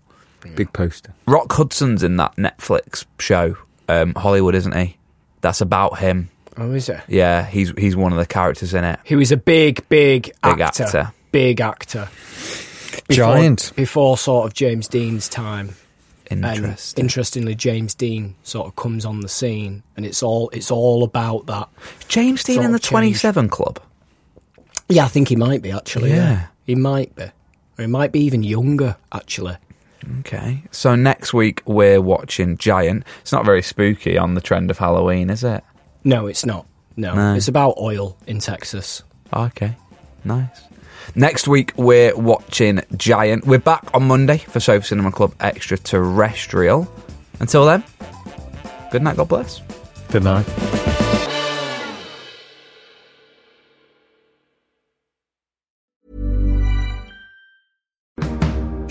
[SPEAKER 3] Big poster.
[SPEAKER 1] Rock Hudson's in that Netflix show, um, Hollywood, isn't he? That's about him.
[SPEAKER 2] oh, is it?
[SPEAKER 1] Yeah, he's he's one of the characters in it.
[SPEAKER 2] Who is a big, big actor.
[SPEAKER 1] Big actor.
[SPEAKER 2] Big actor.
[SPEAKER 3] Giant.
[SPEAKER 2] Before sort of James Dean's time. and
[SPEAKER 1] Interesting.
[SPEAKER 2] interestingly james dean sort of comes on the scene and it's all it's all about that
[SPEAKER 1] James Dean
[SPEAKER 2] Sort
[SPEAKER 1] in the
[SPEAKER 2] of change.
[SPEAKER 1] Twenty Seven Club.
[SPEAKER 2] yeah i think he might be actually
[SPEAKER 1] Yeah.
[SPEAKER 2] yeah He might be. Or he might be even younger, actually.
[SPEAKER 1] Okay. So next week we're watching Giant. It's not very spooky on the trend of Halloween, is it?
[SPEAKER 2] No, it's not. No.
[SPEAKER 1] No.
[SPEAKER 2] It's about oil in Texas.
[SPEAKER 1] Oh, Okay. Nice. Next week we're watching Giant. We're back on Monday for Sofa Cinema Club Extraterrestrial. Until then, good night, God bless.
[SPEAKER 4] Good night.